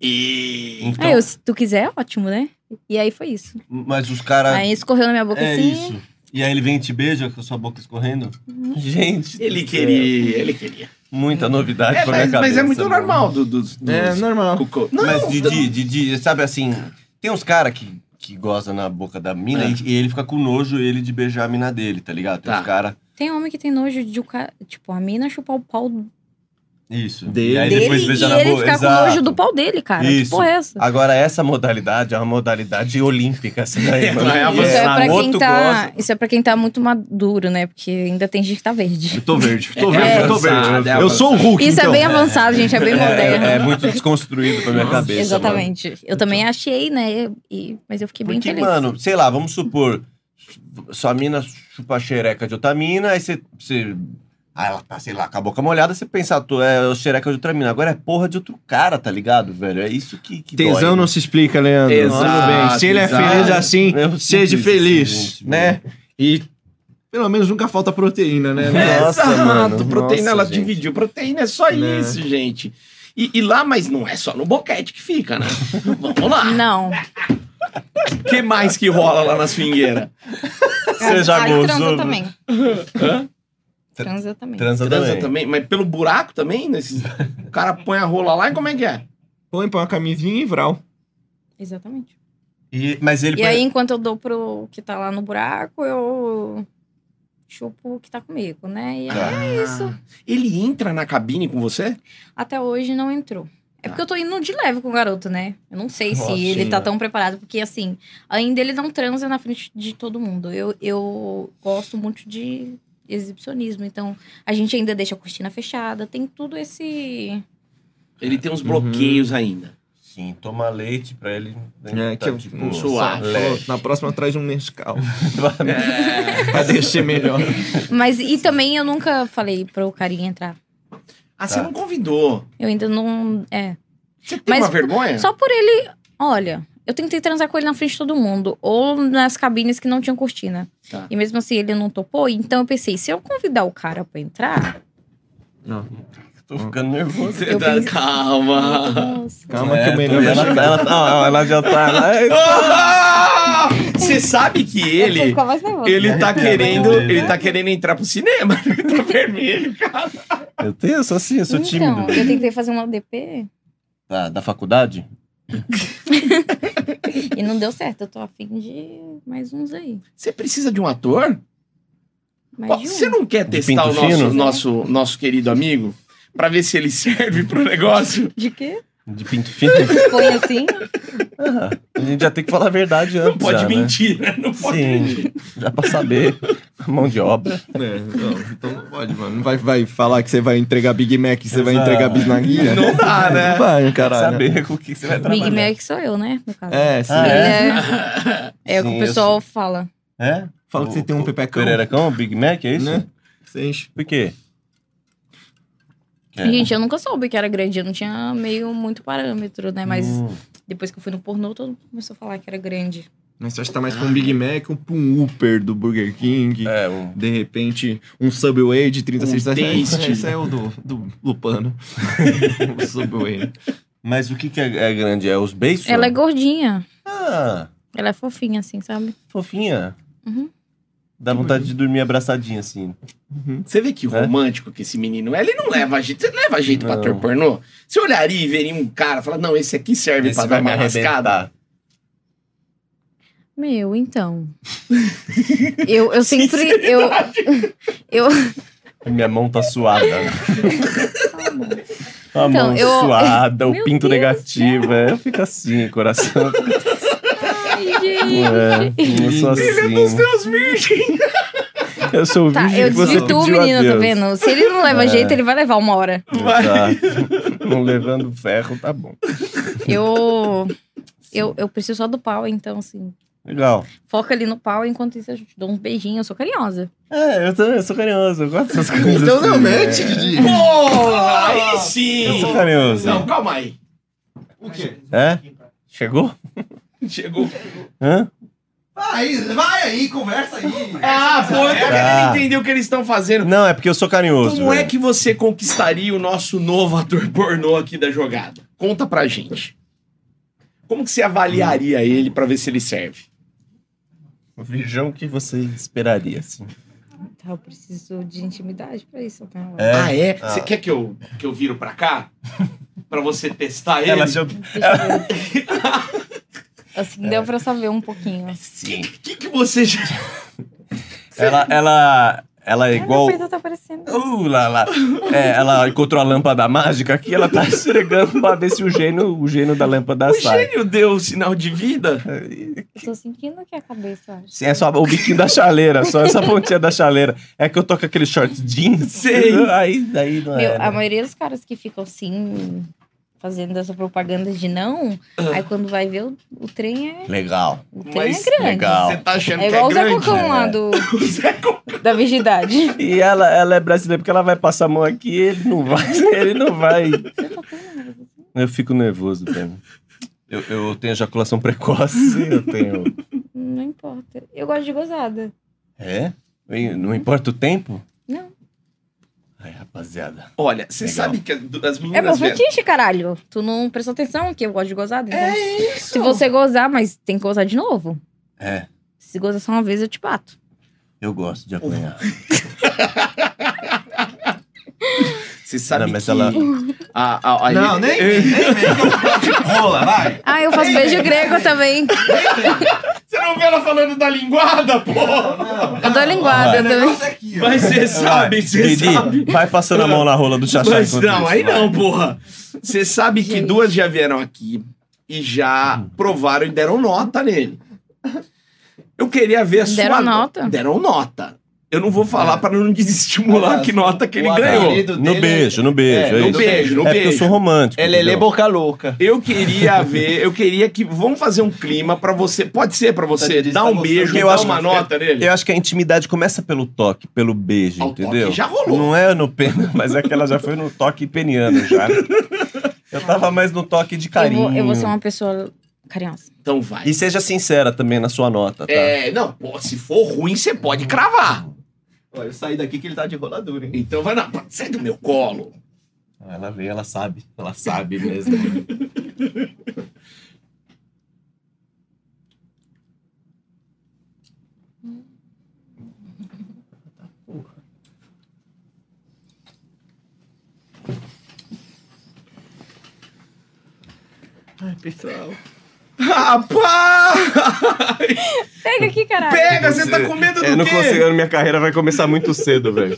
E... Então, Aí eu, se tu quiser, ótimo, né? E aí foi isso. mas os caras. Aí escorreu na minha Ah, boca É assim. isso. E aí ele vem e te beija com a sua boca escorrendo? Uhum. Gente. do Ele céu. queria, ele queria. Muita novidade É, Então, é. pra minha mas, cabeça. né? mas é muito mano. normal do, dos- dos É normal. cuckold. Não, Mas Didi, Didi, sabe assim, tem uns caras que, que gozam na boca da mina É. e, e ele fica com nojo ele de beijar a mina dele, tá ligado? Tem Tá. uns caras. Tem homem que tem nojo de o cara. Tipo, a mina chupar o pau Isso. Dele. E aí dele depois e beija na ele boca. ficar Exato. com nojo do pau dele, cara. Isso. Que porra é essa? Agora, essa modalidade é uma modalidade olímpica, essa daí. É, mano. não é E Isso É, é, pra quem outro tá, goza. isso é pra quem tá muito maduro, né? Porque ainda tem gente que tá verde. Eu tô verde, tô É, verde, é eu tô verde. avançado, é eu sou o Hulk, Isso então. é bem avançado, gente. É bem moderno. É, é muito desconstruído pra minha cabeça. mano. Exatamente. Eu também achei, né? e- mas eu fiquei bem Porque, feliz. mano, sei lá, vamos supor, sua mina chupa a xereca de outra mina, aí você. você aí ela tá, sei lá, com a boca molhada, você pensa, tu é o xereca de outra mina. Agora é porra de outro cara, tá ligado, velho? É isso que. que Tesão dói. né? não se explica, Leandro. Exato, Tudo bem. Se ele é exato. feliz assim, Eu sinto seja isso, feliz, gente, né? E pelo menos nunca falta proteína, né? Nossa, Exato, mano. proteína Nossa, ela gente. dividiu. Proteína é só Né? isso, gente. E, e lá, mas não é só no boquete que fica, né? Vamos lá. Não. O que mais que rola lá na swingueira? Você já Aí transa gozou? também. Hã? Transa também. Transa Transa também. também, mas pelo buraco também? Nesses... O cara põe a rola lá e como é que é? Põe põe uma camisinha e vral. Exatamente. E- mas ele. E aí, enquanto eu dou pro que tá lá no buraco, eu chupo o que tá comigo, né? E aí, Ah. é isso. Ele entra na cabine com você? Até hoje não entrou. É porque eu tô indo de leve com o garoto, né? Eu não sei se Nossa, ele tá senhora. tão preparado, porque assim, ainda ele não transa na frente de todo mundo. Eu, eu gosto muito de exibicionismo, então a gente ainda deixa a cortina fechada, tem tudo esse. Ele tem uns bloqueios ainda. Sim, toma leite pra ele. né, tá, tipo, É, que eu um só suave. leve. Na próxima traz um Nescau. É. pra descer melhor. Mas e também eu nunca falei pro carinha entrar. Ah, você Tá. não convidou. Eu ainda não. É. Você tem Mas uma vergonha? Só por ele. Olha, eu tentei transar com ele na frente de todo mundo, ou nas cabines que não tinham cortina. Tá. E mesmo assim ele não topou, então eu pensei, se eu convidar o cara pra entrar. Hum. Tô ficando nervoso. Você eu tá- pensei- Calma. Nossa. Calma que É, o tô- melhor tá é. ela, ela, ela, ela já tá lá. Ah! Você sabe que Eu ele. fico mais nervosa. é Ele tá querendo. vermelho. Ele tá querendo entrar pro cinema. Ele tá vermelho, cara. Eu tenho, eu sou assim, eu sou Então, tímido. eu tentei fazer uma DP Da, da faculdade? e não deu certo. Eu tô afim de mais uns aí. Você precisa de um ator? Mais Pô, de um. Você não quer De testar o pinto nosso, fino? nosso, nosso querido amigo? Pra ver se ele serve pro negócio? De quê? De pinto fino? Põe assim? Ah, a gente já tem que falar a verdade antes. Não pode já, né? mentir, né? Não pode mentir. Sim, já pra saber. Mão de obra. É, não, então não pode, mano. Não vai, vai falar que você vai entregar Big Mac, que você vai Exato. entregar bisnaguinha. Não dá, né? Não vai, caralho. Saber com o que você vai trabalhar. Big Mac sou eu, né? No caso. É, sim. Ah, Ele é? é, é o que Sim, o eu pessoal fala. É? Fala que você tem um pepecão. Pererecão, Big Mac, é isso? Né? Você enche. Por quê? É. Gente, eu nunca soube que era grande. Eu não tinha meio muito parâmetro, né? Mas Hum. depois que eu fui no pornô, todo mundo começou a falar que era grande. Mas você acha que tá mais pra um Big Mac ou pra um Uber do Burger King? É, um... De repente, um Subway de 30 Um centavos. taste. Esse é o do, do Lupano. o Subway. Mas o que, que é, é grande? É os beiços? Ela é gordinha. Ah, Ela é fofinha, assim, sabe? fofinha. Uhum. Dá vontade de dormir abraçadinha, assim. Você vê que É? romântico que esse menino é. Ele não leva jeito. Você leva jeito pra Não. ator pornô? Você olharia e veria um cara e falar, não, esse aqui serve Esse pra dar vai uma me rascada. arrebentar. Meu, então. eu, eu sempre. Eu, eu, Minha mão tá suada. A Então, mão eu- suada, o Meu pinto Deus negativo. É, eu fico assim, coração. Ai, gente. é, eu sou Os assim. meus virgens. Eu sou o Tá, virgem eu que você desvirtuo o pediu a menino, tá Deus. É. vendo? Se ele não leva jeito, ele vai levar uma hora. Exato. Não levando ferro, tá bom. Eu, eu. Eu preciso só do pau, então, assim. Legal. Foca ali no pau, enquanto isso eu te dou uns beijinhos. Eu sou carinhosa. É, eu também eu sou carinhoso, eu gosto dessas coisas. Então não assim, mente, é. Didi. Porra, aí Eu sim. sou carinhoso. Não, calma aí. O quê? É? Chegou? Chegou. Hã? Vai, vai aí, conversa aí. Ah, pô, eu tô Ah. querendo entender o que eles estão fazendo. Não, é porque eu sou carinhoso. Como é velho. que você conquistaria o nosso novo ator pornô aqui da jogada? Conta pra gente. Como que você Hum. avaliaria ele pra ver se ele serve? O virgão que você esperaria, assim. Tá, eu preciso de intimidade pra isso, né? É. Ah, é? Ah. Você quer que eu, que eu viro pra cá? Pra você testar ele? Ela achou... Deixa eu ver. É. Assim, deu pra saber um pouquinho. Sim. O que, que você já... Ela, ela, ela é Ah, igual... Meu peito tá aparecendo. Uh, lá, lá. É, ela encontrou a lâmpada mágica aqui, ela tá esfregando pra ver se o gênio, o gênio da lâmpada O sai. gênio deu o sinal de vida? Eu tô sentindo que a cabeça, eu acho. Sim, é só o biquinho da chaleira, só essa pontinha da chaleira. É que eu tô com aquele short jeans. Sei. Aí, daí não Meu, é. a maioria dos caras que ficam assim, fazendo essa propaganda de não, Ah. aí quando vai ver, o, o trem é. Legal. O trem Mas é grande. legal. Você tá achando É que é igual o Zé grande? Cocão lá do, O Zé Cocão. da virgindade. E ela, ela é brasileira porque ela vai passar a mão aqui e ele não vai. Ele não vai. é Eu fico nervoso, velho. Eu, eu tenho ejaculação precoce, eu tenho. Não importa. Eu gosto de gozada. É? E Não importa o tempo? Não. Ai, rapaziada. Olha, você Legal. sabe que as do- as É meu meninas... velhas- fetiche, caralho. Tu não prestou atenção que eu gosto de gozada. Então, É Se você gozar, mas tem que gozar de novo. É, Se gozar só uma vez, eu te bato. eu gosto de apanhar. Você sabe Não, mas que... ela- a- a- a- Não, nem vem, nem vem. que eu- Rola, vai. Ah, eu faço beijo grego também. Você não vê ela falando da linguada, pô? Eu dou linguada O também. negócio é aqui, ó. Mas você Vai, sabe, você Didi, sabe. vai passando a mão na rola do Chachá Mas enquanto não, tá isso, aí vai. não, porra. Você sabe que Gente. duas já vieram aqui e Hum. já provaram e deram nota nele. Eu queria ver a sua. Deram nota? Deram nota. Eu não vou falar É. pra não desestimular Olha, que nota que ele o ganhou. apelido- No dele- beijo, no beijo. É, É, no isso. beijo, no É porque eu beijo. sou romântico. É Lelê entendeu? Boca Louca. Eu queria ver, eu queria que. Vamos fazer um clima pra você. Pode ser pra você Tá dar um gostando. beijo, Eu dar acho uma que- nota nele? Eu acho que a intimidade começa pelo toque, pelo beijo, Ao toque entendeu? já rolou. Não é no pena, mas é que ela já foi no toque peniano já. Eu tava mais no toque de Eu carinho. vou, eu vou ser uma pessoa carinhosa. Então vai. E seja sincera também na sua nota, tá? É, não, pô, se for ruim, você pode cravar. Ó, eu saí daqui que ele tá de roladura, hein? Então vai na. Sai do meu colo. Ah, Ela vê, ela sabe. Ela sabe mesmo. Ai, pessoal. Rapaz! Pega aqui, caralho. Pega, você tá com medo do É, não quê? consigo, minha carreira vai começar muito cedo, velho.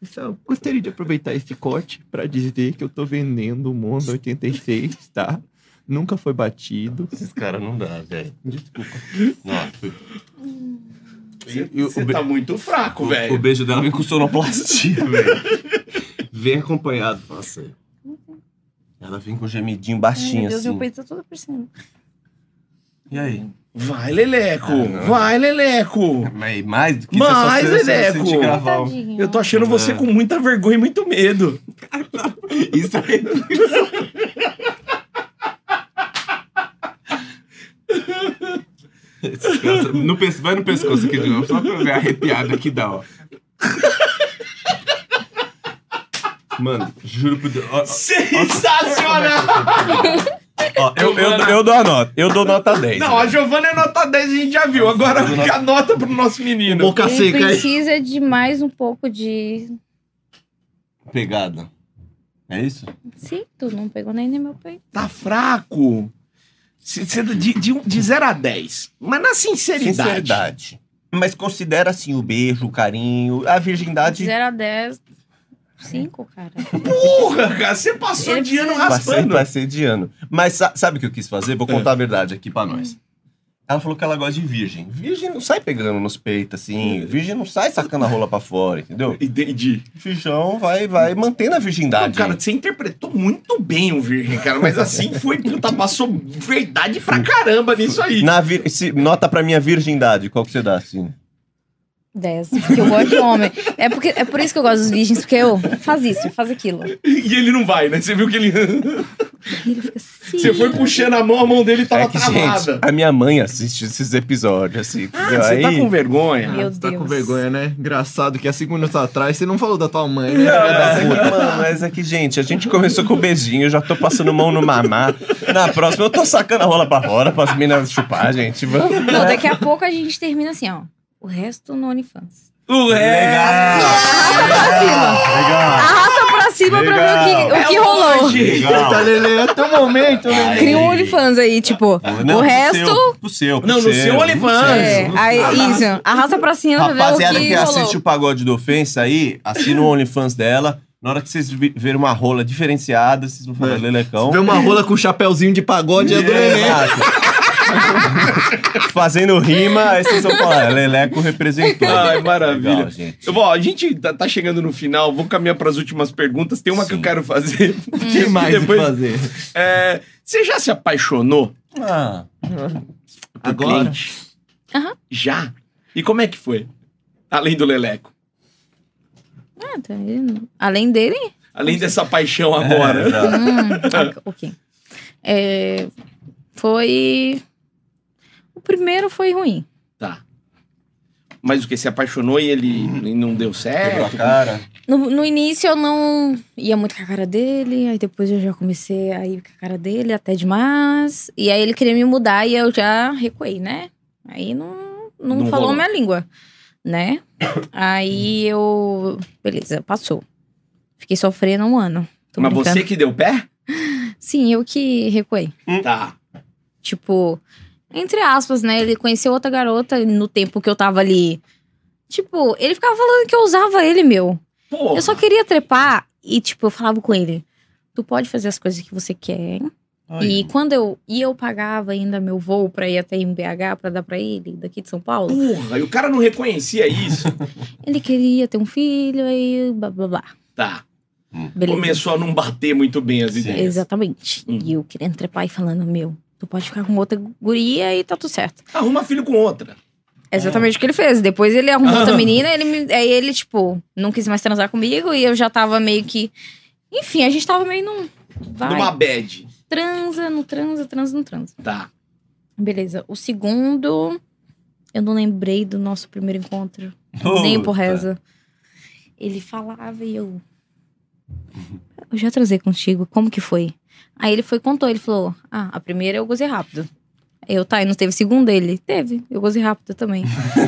Pessoal, gostaria de aproveitar esse corte pra dizer que eu tô vendendo o Mondo 86, tá? Nunca foi batido. Esses caras não dá, velho. Desculpa. Você- E o- Você o be- tá muito fraco, o velho. beijo dela vem com sonoplastia, velho. Vem acompanhado, nossa. Ela vem com um gemidinho Ai, baixinho, meu Deus, assim. meu peito tá todo por cima. E aí? Vai, Leleco. Ah, não. vai, Leleco. Mas mais do que Mas, isso, é só você- você Edeco. sentir gravar. um- Tadinho. Tá Eu tô achando você Ah. com muita vergonha e muito medo. Isso aí. Esses caras- No, pes- vai no pescoço aqui de novo, só pra eu ver a arrepiada que dá, ó. Mano, juro por Deus. ó, ó. Sensacional! Ó, eu, eu, eu dou a nota. Eu dou nota 10. Não, a Giovana é nota 10, a gente já viu. Agora fica a nota pro nosso menino. Boca Ele seca aí. precisa de mais um pouco de. Pegada. É isso? Sim, tu não pegou nem no meu peito. Tá fraco. Se- se- De 0 de, zero a 10. Mas na sinceridade. Sinceridade. Mas considera assim o beijo, o carinho, a De virgindade. 0 a 10, 5, cara. Porra, cara, você passou Ele de ano precisa- Passei, raspando. passei de ano. Mas sa- sabe o que eu quis fazer? Vou É. contar a verdade aqui pra nós. Ela falou que ela gosta de virgem. Virgem não sai pegando nos peitos, É. assim. Virgem não sai sacando a rola pra fora, entendeu? Entendi. Virgão vai, vai mantendo a Não, virgindade. cara, você interpretou muito bem o Virgem, cara, mas assim foi, puta, passou verdade pra caramba nisso aí. Na vir- se- nota pra minha virgindade, qual que você dá, assim? 10. Porque eu gosto de homem. É, porque, é por isso que eu gosto dos virgens, porque eu faz isso, faz aquilo. E ele não vai, né? Você viu que ele. E ele fica assim. Você foi puxando a mão, a mão dele tava é que, gente, travada. a minha mãe assiste esses episódios, assim. entendeu? você tá Aí- com vergonha? Meu Ah, você tá com Deus. vergonha, né? Engraçado que há cinco minutos atrás você não falou da tua mãe, né? Não, filha da mas é, que, puta? mano, mas é que, gente, a gente começou com o beijinho, eu já tô passando mão no mamá. Na próxima, eu tô sacando a rola pra fora pras minas chupar, gente. Vamos. Não, daqui a pouco a gente termina assim, ó. O resto no OnlyFans. O Legal! Ah, Arrasta pra cima pra ver o que, o que rolou. é Legal! Tá, Lele, é teu momento, né? Cria um OnlyFans aí, tipo. Não, pro o resto. seu, pro seu, pro Não, no seu, seu pro OnlyFans. É, seu. aí, isso. Arrasta pra cima pra ver o Rapaziada que, que assiste o rolou. Pagode do Ofensa aí, assina o OnlyFans dela. Na hora que vocês vi- verem uma rola diferenciada, vocês vão falar, É. Lelecão. Vê uma rola com um chapéuzinho de pagode é do Lele. Exato. Fazendo rima, aí vocês vão falar, Leleco representou. Ai, maravilha. Legal, gente. Eu vou, ó, a gente tá, tá chegando no final, vou caminhar pras últimas perguntas. Tem uma que eu Sim. quero fazer. O que mais Depois- fazer? É, você já se apaixonou Ah, por Agora? cliente? Aham. Já? E como é que foi? Além do Leleco. Ah, tá vendo? Além dele, Além dessa paixão é, agora. exato. Hum, ah, ok. É, foi. O primeiro foi ruim. Tá. Mas o que? Se apaixonou e Uhum. ele não deu Pegou a certo? cara. No, no início eu não ia muito com a cara dele, aí depois eu já comecei a ir com a cara dele até demais. E aí ele queria me mudar e eu já recuei, né? Aí não, não, Não falou rolou. minha língua, né? Aí eu. Beleza, passou. Fiquei sofrendo um ano. Tô Mas brincando. você que deu pé? Sim, eu que recuei. Tá. Tipo, entre aspas, né? Ele conheceu outra garota no tempo que eu tava ali. Tipo, ele ficava falando que eu usava ele, meu. Pô. Eu só queria trepar e, tipo, eu falava com ele. Tu pode fazer as coisas que você quer. E quando eu. E eu pagava ainda meu voo pra ir até em BH pra dar pra ele, daqui de São Paulo. Porra, e o cara não reconhecia isso? Ele queria ter um filho e blá blá blá. Tá. Beleza. Começou a não bater muito bem as Sim. ideias. Exatamente. Hum. E eu querendo trepar e falando, meu, tu pode ficar com outra guria e tá tudo certo. Arruma filho com outra. É Exatamente o que ele fez. Depois ele arrumou Ah. outra menina, ele me- aí ele, tipo, não quis mais transar comigo e eu já tava meio que. Enfim, a gente tava meio num. Vai, Numa bad. transa, não transa, transa, não transa. Tá. Beleza. O segundo. Eu não lembrei do nosso primeiro encontro. nem por reza. Ele falava e eu. Eu já transei contigo, como que foi? Aí ele foi e contou, ele falou: Ah, a primeira eu gozei rápido. Eu, tá, e não teve segunda? Ele, teve, eu gozei rápido também.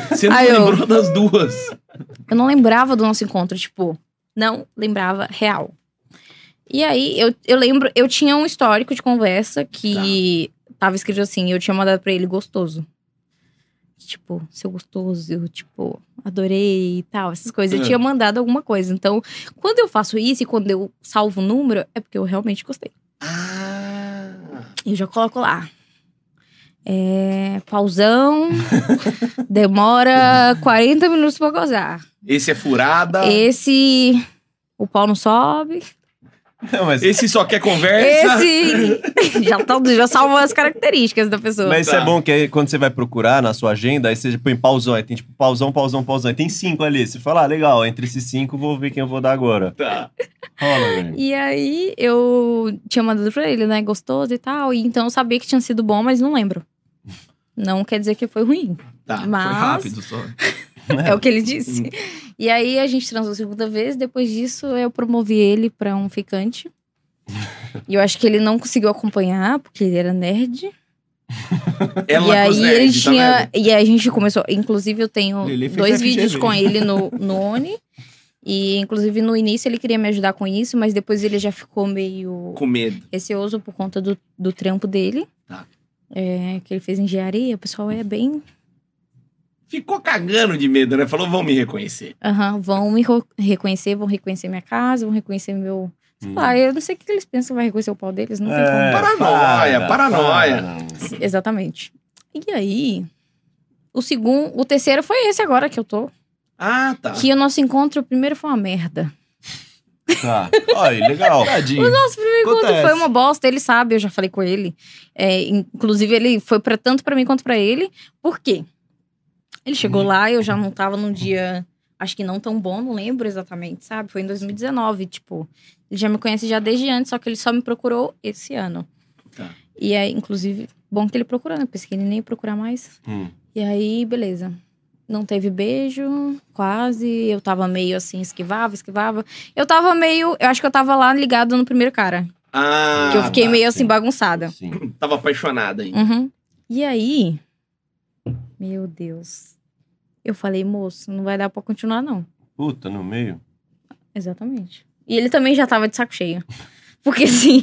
Você não Aí eu- lembrou das duas. Eu não lembrava do nosso encontro, tipo, não lembrava real. E aí, eu, eu lembro, eu tinha um histórico de conversa que tava escrito assim, eu tinha mandado pra ele gostoso. Tipo, seu gostoso, eu, tipo, adorei e tal, essas coisas. É. Eu tinha mandado alguma coisa. Então, quando eu faço isso e quando eu salvo o número, é porque eu realmente gostei. Ah. Eu já coloco lá. É, pausão, demora 40 minutos pra gozar. Esse é furada. Esse, o pau não sobe. Não, mas, Esse só quer conversa. Esse, já, tá, já salva as características da pessoa. mas isso Tá. é bom que aí quando você vai procurar na sua agenda, aí você põe pausão, aí tem tipo pausão, pausão, pausão. Aí tem cinco ali. Você fala, ah, legal, entre esses cinco vou ver quem eu vou dar agora. Tá. Rola, velho. E aí eu tinha mandado pra ele, né? Gostoso e tal. E então eu sabia que tinha sido bom, mas não lembro. Não quer dizer que foi ruim. Tá. mas Foi rápido só. É o que ele disse. E aí a gente transou a segunda vez. Depois disso, eu promovi ele pra um ficante. E eu acho que ele não conseguiu acompanhar, porque ele era nerd. Ela e com os aí nerd, ele tá tinha. vendo? e aí a gente começou. Inclusive, eu tenho Lili fez dois FGV. vídeos com ele no, no Oni. E, inclusive, no início ele queria me ajudar com isso, mas depois ele já ficou meio Com medo. receoso por conta do, do trampo dele. Tá. É, que ele fez engenharia, o pessoal é bem. Ficou cagando de medo, né? Falou, vão me reconhecer. Aham, vão me ro- reconhecer, vão reconhecer minha casa, vão reconhecer meu. Sei Hum. lá, eu não sei o que eles pensam que vai reconhecer o pau deles, ah, não tem É, Paranoia, para, paranoia. para. como. Exatamente. E aí, o segundo. O terceiro foi esse agora que eu tô. Ah, tá. Que o nosso encontro, o primeiro foi uma merda. Tá. Olha, legal. Tadinho. Nosso primeiro Acontece. encontro foi uma bosta, ele sabe, eu já falei com ele. É, inclusive, ele foi pra, tanto pra mim quanto pra ele. Por quê? Ele chegou lá, eu já não tava num dia, acho que não tão bom, não lembro exatamente, sabe? Foi em 2019, tipo. Ele já me conhece já desde antes, só que ele só me procurou esse ano. Tá. E aí, inclusive, bom que ele procurou, né? Pensei que ele nem ia procurar mais. Hum. E aí, beleza. Não teve beijo, quase. Eu tava meio assim, esquivava, esquivava. Eu tava meio. Eu acho que eu tava lá ligado no primeiro cara. Ah, que eu fiquei tá. meio assim, sim. bagunçada. Sim. Tava apaixonada ainda. Uhum. E aí. Meu Deus. Eu falei, moço, não vai dar pra continuar, não. Puta, no meio. Exatamente. E ele também já tava de saco cheio. Porque assim.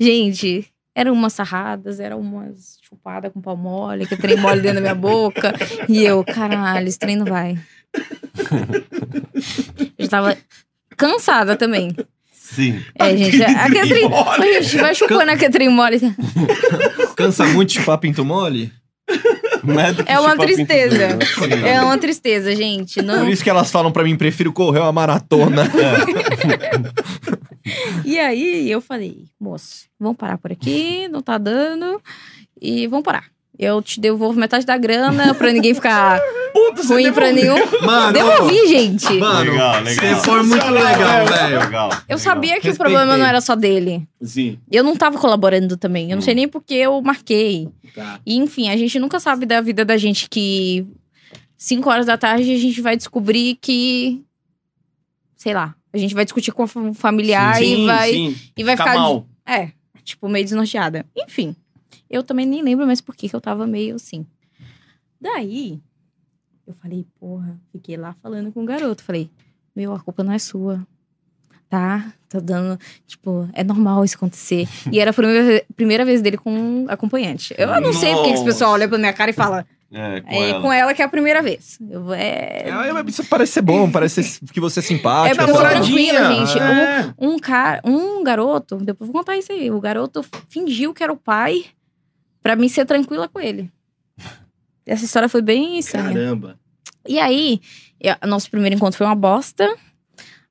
gente. Eram umas sarradas, eram umas chupadas com pau mole, que o trem mole dentro da minha boca. E eu, caralho, esse trem não vai. Eu já tava cansada também. Sim. É, gente, a Catherine. A gente vai chupando a Catherine mole. Cansa muito chupar pinto mole? Mais do que É uma chupar pinto tristeza. duro, Tipo né? É uma tristeza, gente. Não Por isso que elas falam pra mim, prefiro correr uma maratona. E aí eu falei, moço, vamos parar por aqui, não tá dando. E vamos parar. Eu te devolvo metade da grana pra ninguém ficar Puta, você ruim pra devolveu. Ah, nenhum. Mano, Devolvi, gente. Mano, Legal, legal. você foi muito legal, velho. Legal. Eu sabia que Respeitei. o problema não era só dele. Sim, Eu não tava colaborando também. Eu não sei Hum. nem porque eu marquei. tá. E, enfim, a gente nunca sabe da vida da gente que 5 horas da tarde a gente vai descobrir que. Sei lá. A gente vai discutir com um familiar e sim, vai, sim. e vai Fica ficar. mal. É, tipo, meio desnorteada. Enfim, eu também nem lembro mais por que que eu tava meio assim. Daí, eu falei, porra, fiquei lá falando com o garoto. Falei, meu, a culpa não é sua. Tá? Tá dando. Tipo, é normal isso acontecer. E era a primeira, ve- primeira vez dele com um acompanhante. Eu não sei porque que esse pessoal olha pra minha cara e fala, É, com é ela. com ela que é a primeira vez. Eu, vou- é, É, mas isso parece ser bom, parece ser que você é É simpático. pra sabe? mostrar tranquila, gente. É. um cara, um garoto, depois vou contar isso aí. O garoto fingiu que era o pai pra mim ser tranquila com ele. Essa história foi bem estranha. Caramba. E aí, eu- nosso primeiro encontro foi uma bosta.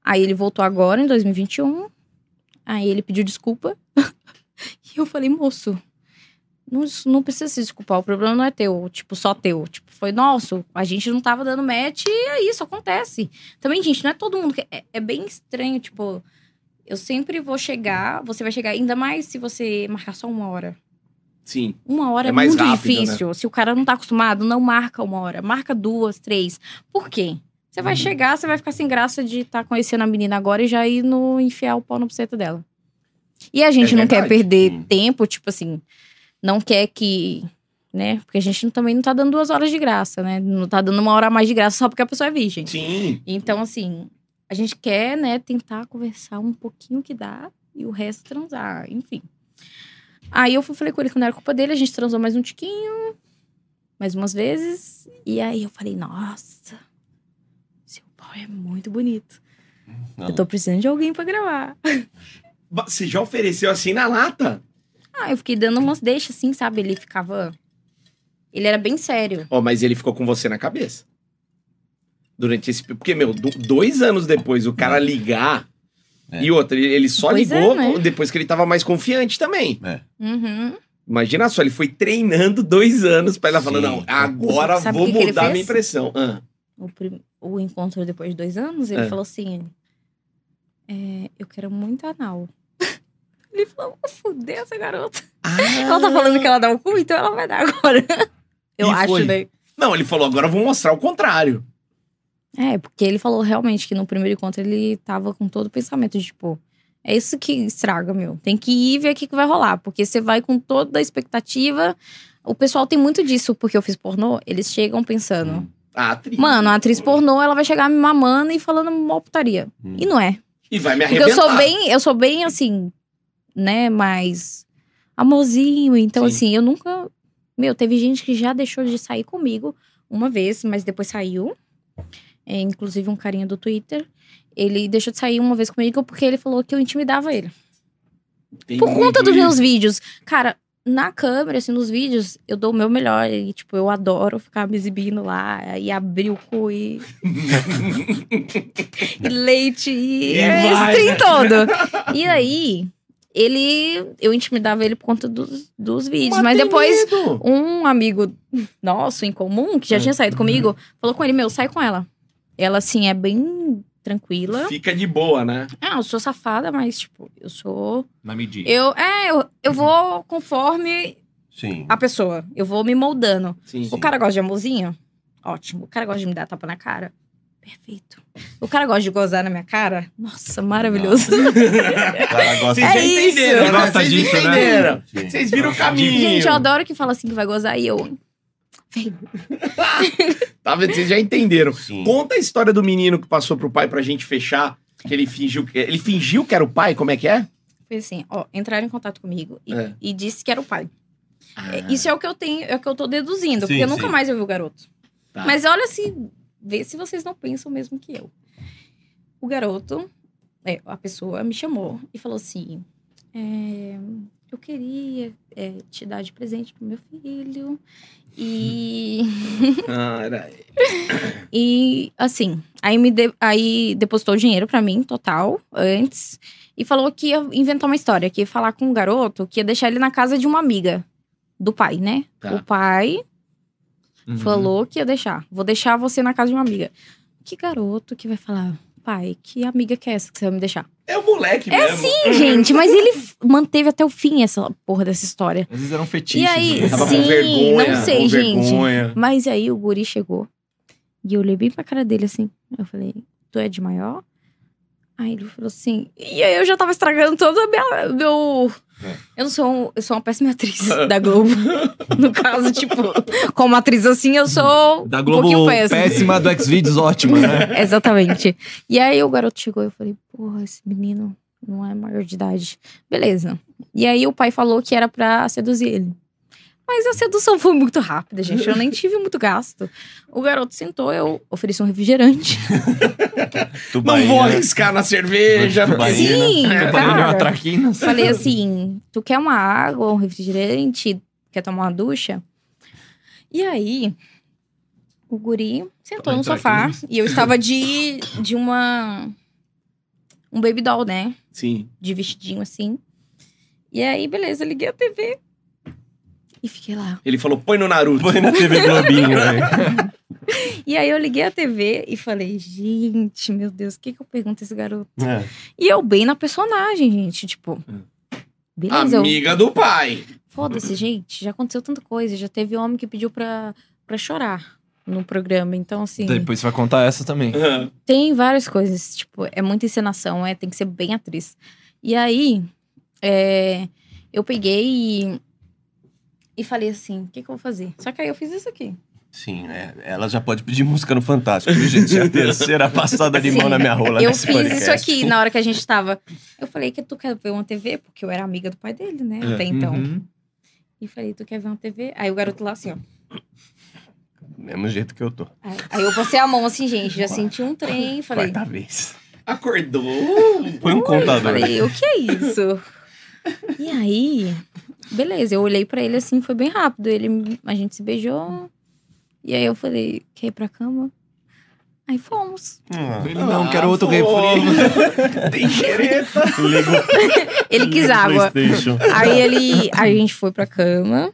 Aí ele voltou agora em 2021. Aí ele pediu desculpa. e eu falei, moço, não, isso não precisa se desculpar, o problema não é teu, tipo, só teu. Tipo, foi nosso, a gente não tava dando match e é isso, acontece. Também, gente, não é todo mundo que. É, é bem estranho, tipo, eu sempre vou chegar, você vai chegar, ainda mais se você marcar só uma hora. Sim. Uma hora É é, mais muito rápido, difícil. Se o cara não tá acostumado, não marca uma hora. Marca duas, três. Por quê? Você Uhum. vai chegar, você vai ficar sem graça de estar conhecendo a menina agora e já ir no enfiar o pau no buceta dela. E a gente É não quer verdade. perder Hum. tempo, tipo assim, não quer que. Né? Porque a gente não- também não tá dando duas horas de graça, né? Não tá dando uma hora a mais de graça só porque a pessoa é virgem. Sim. Então, assim, a gente quer, né, tentar conversar um pouquinho que dá e o resto transar, enfim. Aí eu fui, falei com ele que não era culpa dele, a gente transou mais um tiquinho, mais umas vezes. E aí eu falei, nossa, seu pau é muito bonito. Não. Eu tô precisando de alguém pra gravar. Ba- Você já ofereceu assim na lata? Ah, eu fiquei dando umas deixas assim, sabe? Ele ficava. Ele era bem sério. Ó, mas ele ficou com você na cabeça. Durante esse. Porque, meu, do- dois anos depois, o cara ligar. É. E outra, ele- ele só Pois é, ligou né? depois que ele tava mais confiante também. Uhum. Imagina só, ele foi treinando dois anos pra ela falar: Sim. não, agora Sabe vou o que que ele mudar a minha fez? impressão. Ah, O, prim- o encontro depois de dois anos, ele É. falou assim: é, Eu quero muito anal. Ele falou, vou fuder essa garota. Ah. Ela tá falando que ela dá o cu, então ela vai dar agora. Eu E acho, foi. né? Não, ele falou: agora eu vou mostrar o contrário. É, porque ele falou realmente que no primeiro encontro ele tava com todo o pensamento de, tipo, é isso que estraga, meu. Tem que ir e ver o que, que vai rolar. Porque você vai com toda a expectativa. O pessoal tem muito disso, porque eu fiz pornô, eles chegam pensando. A atriz. Mano, a atriz pornô, ela vai chegar me mamando e falando mó putaria. Hum. E não é. E vai me Porque arrebentar. eu sou bem, eu sou bem assim, né, mais amorzinho. Então, Sim. assim, eu nunca. Meu, teve gente que já deixou de sair comigo uma vez, mas depois saiu. É, inclusive um carinha do Twitter. Ele deixou de sair uma vez comigo porque ele falou que eu intimidava ele. Tem Por muito conta dos isso. meus vídeos. Cara, na câmera, assim, nos vídeos, eu dou o meu melhor. E, tipo, eu adoro ficar me exibindo lá e abrir o cu e. e leite e. E é, vai, esse trem né? todo. E aí, ele. Eu intimidava ele por conta dos, dos vídeos. Mas tem depois, medo. um amigo nosso em comum, que já tinha saído comigo, falou com ele: Meu, sai com ela. Ela, assim, é bem tranquila. Fica de boa, né? Ah, eu sou safada, mas, tipo, eu sou. Na medida. Eu, é, eu, eu Uhum. vou conforme Sim. a pessoa. Eu vou me moldando. Sim. O cara gosta de amorzinho? Ótimo. O cara gosta de me dar tapa na cara? Perfeito. O cara gosta de gozar na minha cara? Nossa, maravilhoso. O cara gosta Vocês já É isso. entenderam, né? Gosta Vocês disso, né? entenderam. Sim. Vocês viram o caminho. Gente, eu adoro que fala assim que vai gozar e eu. Vem. Tá vendo? Vocês já entenderam. Sim. Conta a história do menino que passou pro pai pra gente fechar. Que ele fingiu que. Ele fingiu que era o pai, como é que é? Foi assim, ó, entraram em contato comigo e, É. e disse que era o pai. Ah, É, Isso é o que eu tenho, é o que eu tô deduzindo, Sim, porque eu nunca sim. mais ouvi o garoto. Tá. Mas olha se, vê se vocês não pensam o mesmo que eu. O garoto, é, a pessoa me chamou e falou assim: é, eu queria é, te dar de presente pro meu filho e Uhum. Ah, era... e assim, aí me de- aí depositou o dinheiro pra mim, total, antes, e falou que ia inventar uma história, que ia falar com um garoto, que ia deixar ele na casa de uma amiga do pai, né? Tá. O pai Uhum. falou que ia deixar. Vou deixar você na casa de uma amiga. Que garoto que vai falar? Pai, que amiga que é essa que você vai me deixar? É o moleque É mesmo. sim, gente, mas ele f- manteve até o fim essa porra dessa história. Às vezes era um fetiche. E aí, né? Tava Sim, com vergonha. não sei, com gente. vergonha. Mas aí o guri chegou e eu olhei bem pra cara dele assim. Eu falei, tu é de maior? Aí ele falou assim. E aí eu já tava estragando todo o meu. meu- Eu não sou. um- eu sou uma péssima atriz da Globo. No caso, tipo, como atriz assim, eu sou. Da um Globo pouquinho péssima. péssima, do Xvideos ótima, né? Exatamente. E aí o garoto chegou e eu falei, porra, esse menino não é maior de idade. Beleza. E aí o pai falou que era pra seduzir ele. Mas a sedução foi muito rápida, gente. Eu nem tive muito gasto. O garoto sentou, eu ofereci um refrigerante. Não vou né? Tubaína. arriscar na cerveja. Tubaína. Sim, É. Banana, cara. traquinas. Falei assim, tu quer uma água, um refrigerante? Quer tomar uma ducha? E aí, o guri sentou Vai no entrar sofá. aqui. E eu estava de, de uma... Um baby doll, né? Sim. de vestidinho assim. E aí, beleza, eu liguei a TV e fiquei lá. Ele falou, põe no Naruto. Põe na TV Globinho, né? E aí eu liguei a TV e falei, gente, meu Deus, o que que eu pergunto a esse garoto? É. E eu bem na personagem, gente, tipo, beleza, eu- Amiga do pai. foda-se, gente, já aconteceu tanta coisa, já teve homem que pediu pra, pra chorar no programa, então assim, Depois você vai contar essa também. Ah, tem várias coisas, tipo, é muita encenação, é, tem que ser bem atriz. E aí, é, eu peguei e, e falei assim, o que que eu vou fazer? Só que aí eu fiz isso aqui. Sim, é, ela já pode pedir música no Fantástico, viu, gente? É a terceira passada de mão Sim, na minha rola eu nesse fiz podcast. isso aqui né? na hora que a gente tava. Eu falei que tu quer ver uma TV? Porque eu era amiga do pai dele, né? É. Até então. Uhum. E falei, tu quer ver uma TV? Aí o garoto lá assim, ó. Do mesmo jeito que eu tô. Aí- Aí eu passei a mão assim, gente, já senti um trem. Falei, Quarta vez. Acordou. Foi um Eu contador. falei, o que é isso? E aí, beleza, eu olhei pra ele assim, foi bem rápido. Ele, a gente se beijou. E aí eu falei, quer ir pra cama? Aí fomos. Hum, Ele, não, Ah, quero outro fofo. refri. Tem xereta. liga o- Ele quis liga o água. PlayStation. Aí ele, a gente foi pra cama.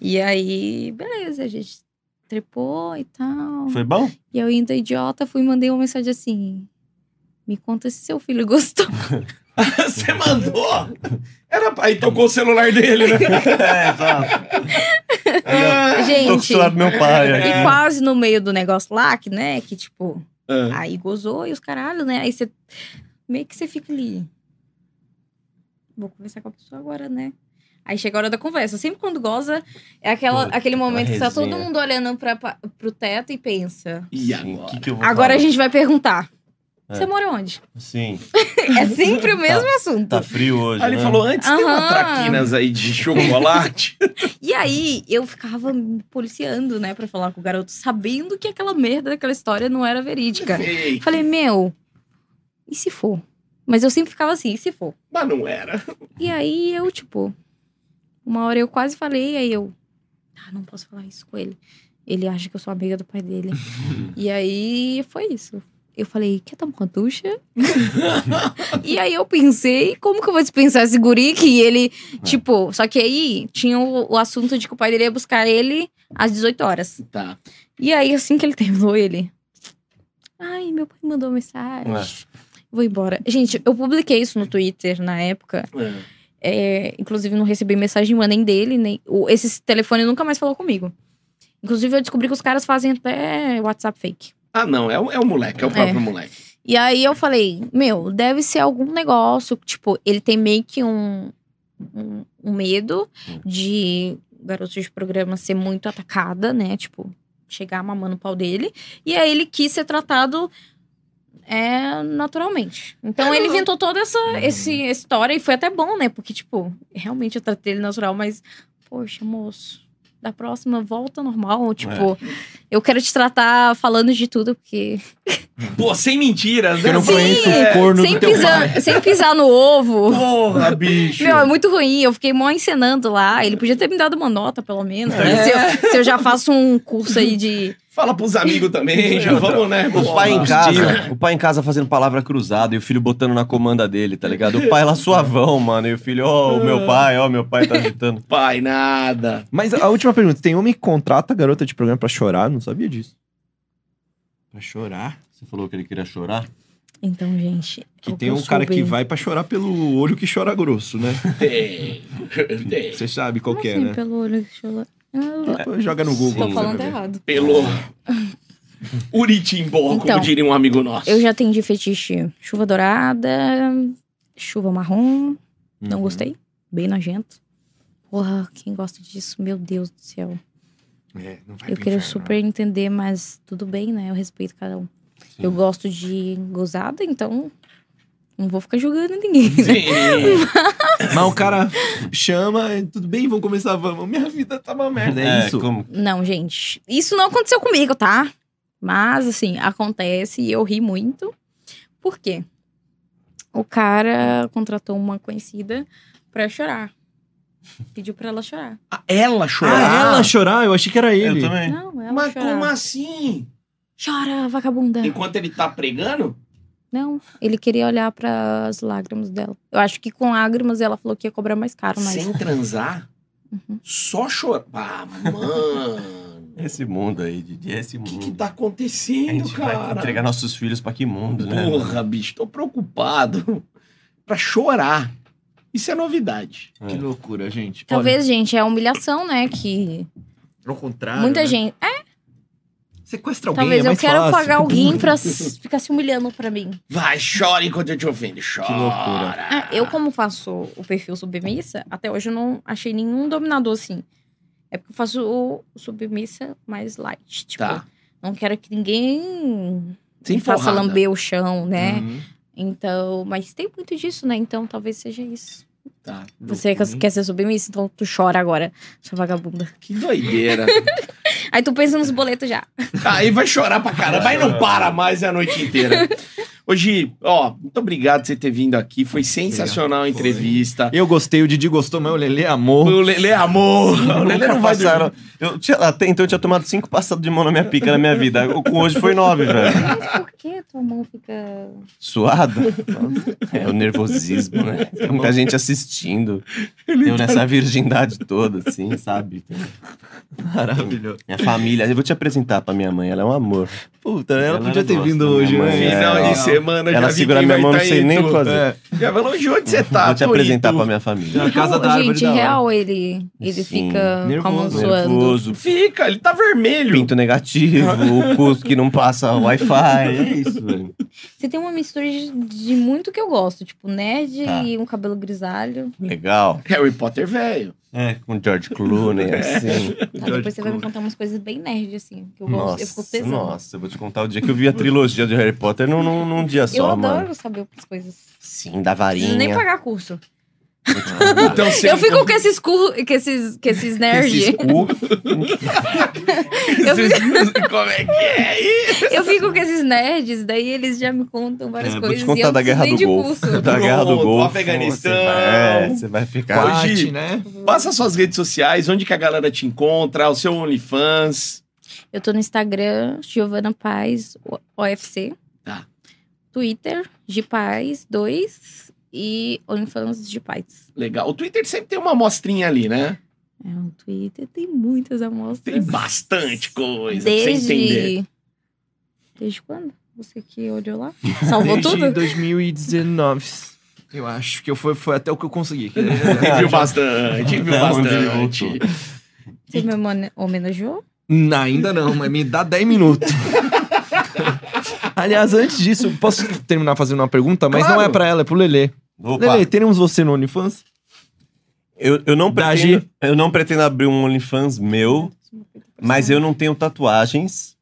E aí, beleza, a gente trepou e tal. Foi bom? E eu ainda idiota fui e mandei uma mensagem assim: "Me conta se seu filho gostou". Você mandou? Era, aí tocou o celular dele, né? É, exato. Tô Gente, acostumado com meu pai. aqui. e quase no meio do negócio lá, que né, que tipo, Ah, Aí gozou e os caralho, né? Aí você. Meio que você fica ali. Vou conversar com a pessoa agora, né? Aí chega a hora da conversa. Sempre quando goza, é aquela, Puta, aquele momento que tá resenha. todo mundo olhando pra, pa- pro teto e pensa. e Sim, agora? que que eu vou Agora a falar? gente vai perguntar. É. Você mora onde? Sim, É sempre o mesmo assunto. tá frio hoje. Aí ele né? falou, antes tem uma Aham. traquinas aí de chocolate. E aí, eu ficava me policiando, né, pra falar com o garoto, sabendo que aquela merda daquela história não era verídica. Ei, Falei, meu, e se for? Mas eu sempre ficava assim, e se for? Mas não era. E aí eu, tipo, uma hora eu quase falei, aí eu, ah, não posso falar isso com ele. Ele acha que eu sou amiga do pai dele. e aí foi isso. Eu falei, quer tomar uma ducha? e aí eu pensei, como que eu vou dispensar esse guri que ele, tipo, só que aí tinha o, o assunto de que o pai dele ia buscar ele às 18 horas. Tá. E aí, assim que ele terminou, ele. Ai, meu pai mandou mensagem. Ué. Vou embora. Gente, eu publiquei isso no Twitter na época. É. É, inclusive, não recebi mensagem nenhuma nem dele, nem. O, esse telefone nunca mais falou comigo. Inclusive, eu descobri que os caras fazem até WhatsApp fake. Ah, não, é o, é o moleque, é o próprio moleque. E aí eu falei, meu, deve ser algum negócio. Tipo, ele tem meio que um, um, um medo de garotos de programa ser muito atacada, né? Tipo, chegar mamando o pau dele. E aí ele quis ser tratado é, naturalmente. Então ele inventou toda essa, esse, essa história e foi até bom, né? Porque, tipo, realmente eu tratei ele natural, mas, poxa, moço. Da próxima volta normal, tipo, eu quero te tratar falando de tudo, porque Pô, sem mentiras, né? Eu não Sim. conheço o corno é. sem do teu pai. pisar, sem pisar no ovo. Porra, bicho. Meu, é muito ruim. Eu fiquei mó encenando lá. Ele podia ter me dado uma nota, pelo menos. né? É. Se, eu, se eu já faço um curso aí de. Fala pros amigos também, já vamos, né? O pai em Vamos lá. casa, o pai em casa fazendo palavra cruzada e o filho botando na comanda dele, tá ligado? O pai lá suavão, mano, e o filho, ó, o meu pai, ó, meu pai tá agitando. Pai, nada. Mas a última pergunta: tem homem que contrata a garota de programa pra chorar? Não sabia disso. Pra chorar? Você falou que ele queria chorar? Então, gente. Que eu tem um soube- cara que vai pra chorar pelo olho que chora grosso, né? Tem. Tem. Você sabe qual Como que é, assim, né? pelo olho que chora? Ah, eu Pô, Joga no Sim. Google. Tô você falando vai ver. errado. Pelo Uritimbó, como Então, diria um amigo nosso. Eu já atendi fetiche chuva dourada, chuva marrom. Não Uhum. gostei. Bem nojento. Porra, quem gosta disso? Meu Deus do céu. É, não vai Eu pro queria inferno. super entender, mas tudo bem, né? Eu respeito cada um. Sim. Eu gosto de gozada, então não vou ficar julgando ninguém. Né? Sim. Mas o cara chama, tudo bem, vamos começar, vamos. Minha vida tá uma merda, é, isso. Como... Não, gente. Isso não aconteceu comigo, tá? Mas, assim, acontece e eu ri muito. Por quê? O cara contratou uma conhecida pra chorar. Pediu pra ela chorar. Ah, Ela Ah, chorar. ela chorar? Eu achei que era Eu ele. também. Não, ela É. Ah. Mas chorar. como assim? Chora, vagabunda. Enquanto ele tá pregando? Não, ele queria olhar para as lágrimas dela. Eu acho que com lágrimas ela falou que ia cobrar mais caro, mas... Sem transar? assim? Uhum. Só chorar? Ah, mano. Esse mundo aí, Didi, esse O mundo. que que tá A acontecendo, gente vai cara? entregar nossos filhos pra que mundo, né? Porra, bicho, tô preocupado. pra chorar. Isso é novidade. Que loucura, gente. Talvez, gente, é a humilhação, né? Que Olha, ao contrário. muita né? gente. É, Sequestra alguém, talvez é eu mais quero fácil. pagar alguém pra s- ficar se humilhando pra mim. Vai, chora enquanto eu te ofendo. Chora. Que loucura. Ah, eu, como faço o perfil submissa, até hoje eu não achei nenhum dominador assim. É É porque eu faço o submissa mais light. Tipo, Tá. não quero que ninguém Sem faça porrada. lamber o chão, Hum. né? Uhum. Então, mas tem muito disso, né? Então talvez seja isso. Tá. Você quer- Uhum. quer ser submissa, então tu chora agora, sua vagabunda. Que doideira. Aí tu pensa nos boletos já. Aí vai chorar pra caramba, aí não para mais é a noite inteira. Hoje, ó, muito obrigado por você ter vindo aqui. Foi sensacional a entrevista. Eu é gostei, o Didi gostou, mas o Lelê amou. O Lele amor. O Lele Nunca não vai passaram. dormir. Eu tinha- até então eu tinha tomado cinco passados de mão na minha pica na minha vida. Eu- Com hoje foi nove, velho. Mas por que tua mão fica. Suada. É o nervosismo, né? Tem muita gente assistindo. eu nessa virgindade toda, assim, sabe? Maravilhoso. Minha família. Eu vou te apresentar pra minha mãe, ela é um amor. Puta, ela, Ela podia era ter doce, vindo né, hoje, mamãe? né? Final É, de semana, já ela vi segura quem minha vai mão, tá não sei em nem tu. o que fazer. É, Já vai longe, onde você tá? vou te Tony? apresentar Tu- pra minha família. Na casa da árvore gente, da hora. real, ele, ele Sim. fica com a mão Nervoso, zoando. Nervoso, Fica, ele tá vermelho. pinto negativo, o custo que não passa Wi-Fi. É isso, velho. Você tem uma mistura de, de muito que eu gosto, tipo nerd Tá. e um cabelo grisalho. Legal. Harry Potter velho. É, com George Clooney, assim. Tá? George Depois você vai me Clooney. contar umas coisas bem nerd, assim, que eu gosto. eu fico Nossa, pesando. nossa, eu vou te contar o dia que eu vi a trilogia de Harry Potter num, num, num dia eu só, adoro mano. saber outras coisas. Sim, da Preciso varinha. Tá nem pagar curso. Vou te contar. Então, você- eu fico com esses cu, com esses, com esses nerd. Esses cu, eu, fico, Como é que é aí? eu fico com esses nerds, daí eles já me contam várias É, vou coisas. te e eu contar da não preciso guerra nem do de Golfo. curso. Da guerra tá do Do Tá Golfo. Afeganistão. Você vai, é, você vai ficar. Hoje- Quate, né? Passa suas redes sociais, onde que a galera te encontra, o seu OnlyFans. Eu tô no Instagram, Giovana Paz o- OFC. Tá. Twitter, Gipaz 2 e OnlyFans Gipaz. Legal. O Twitter sempre tem uma amostrinha ali, né? É, o Twitter tem muitas Tem amostras. bastante coisa pra você entender. Desde... Desde quando? Você que olhou lá? Salvou Desde tudo? 2019. Eu acho que eu foi, foi até o que eu consegui. viu bastante, viu Até onde ele bastante. voltou. Você me homene- homenageou? Não, ainda não, mas me dá 10 minutos. Aliás, antes disso, posso terminar fazendo uma pergunta? Mas não Claro. é pra ela, é pro Lelê. Opa, Lelê, teremos você no OnlyFans? eu, eu, não Da pretendo, eu não pretendo abrir um OnlyFans meu, mas eu não tenho tatuagens.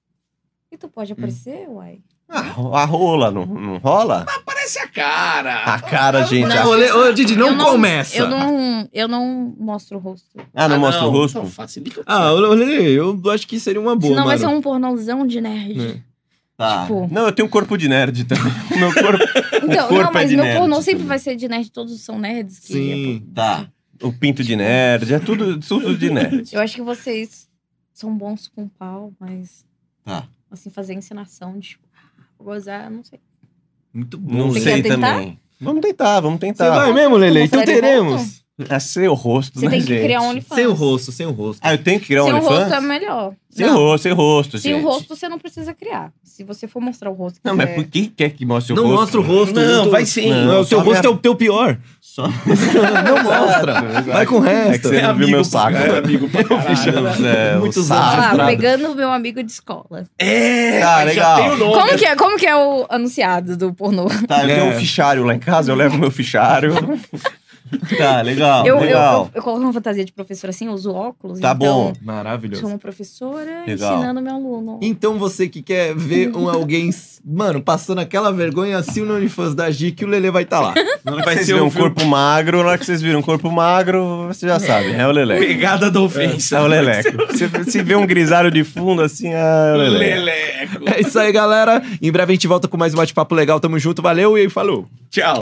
E tu pode aparecer, uai? Ah, a rola, não, não rola? Parece a cara. A cara, gente. Ô, a- Lê- ô, Didi, não, Eu começa. Eu não, eu não mostro o rosto. Ah, não mostra o rosto? Então facilita. Ah, ô, Lelê, eu acho que seria uma boa, Senão vai mano. ser um pornozão de nerd. É. Tá. Tipo- Não, eu tenho um corpo de nerd também. Meu corpo. Então, O corpo não, mas é de meu nerd, pornô tipo. sempre vai ser de nerd, todos são nerds. Que Sim. Tá. O pinto de nerd, é tudo, tudo de nerd. Eu acho que vocês são bons com pau, mas. Tá. Assim, fazer ensinação de tipo, ah, vou gozar, não sei. Muito Não Você sei quer tentar? também. Vamos tentar, vamos Você tentar. vai mesmo, Lelê? Como Então Fred teremos. É seu rosto, Você né, tem que gente? criar um OnlyFans. Sem o rosto, sem o rosto. Ah, eu tenho que criar um Sem o rosto é OnlyFans? melhor. Sem Não, rosto, sem rosto, sem gente. o rosto você não precisa criar. Se você for mostrar o rosto. Não, mas por que quer que mostre o Não rosto? mostra o rosto. Não, eu tô- vai sim. Não, o Só teu rosto minha- é o teu pior. Só... Não mostra. Exato. Vai com o É que resto. você não viu meu pra saco. caralho, amigo pra caralho. É, Muitos o anos saco. Olha lá, Nada. pegando o meu amigo de escola. É, Tá, mas já legal. tem o nome. Como que, é, como que é o anunciado do pornô? Tá, eu tenho É. um fichário lá em casa, eu levo meu fichário. tá, legal, eu, eu, legal. eu, eu coloco uma fantasia de professora assim, eu uso óculos. Tá então, bom. Sou Maravilhoso. uma professora Legal. ensinando meu aluno. Então você que quer ver um alguém, mano, passando aquela vergonha, assina o OnlyFans da G que o Lelê vai estar lá. Na hora que Vai vocês ser viram um um filme- corpo magro, na hora que vocês viram um corpo magro, você já sabe, é o Lelé. Pegada da É ofensa. o Leleco. Se, é se vê um grisalho de fundo assim, é o Lelé. Leleco. É isso aí, galera. Em breve a gente volta com mais um bate-papo legal. Tamo junto, valeu e falou. Tchau.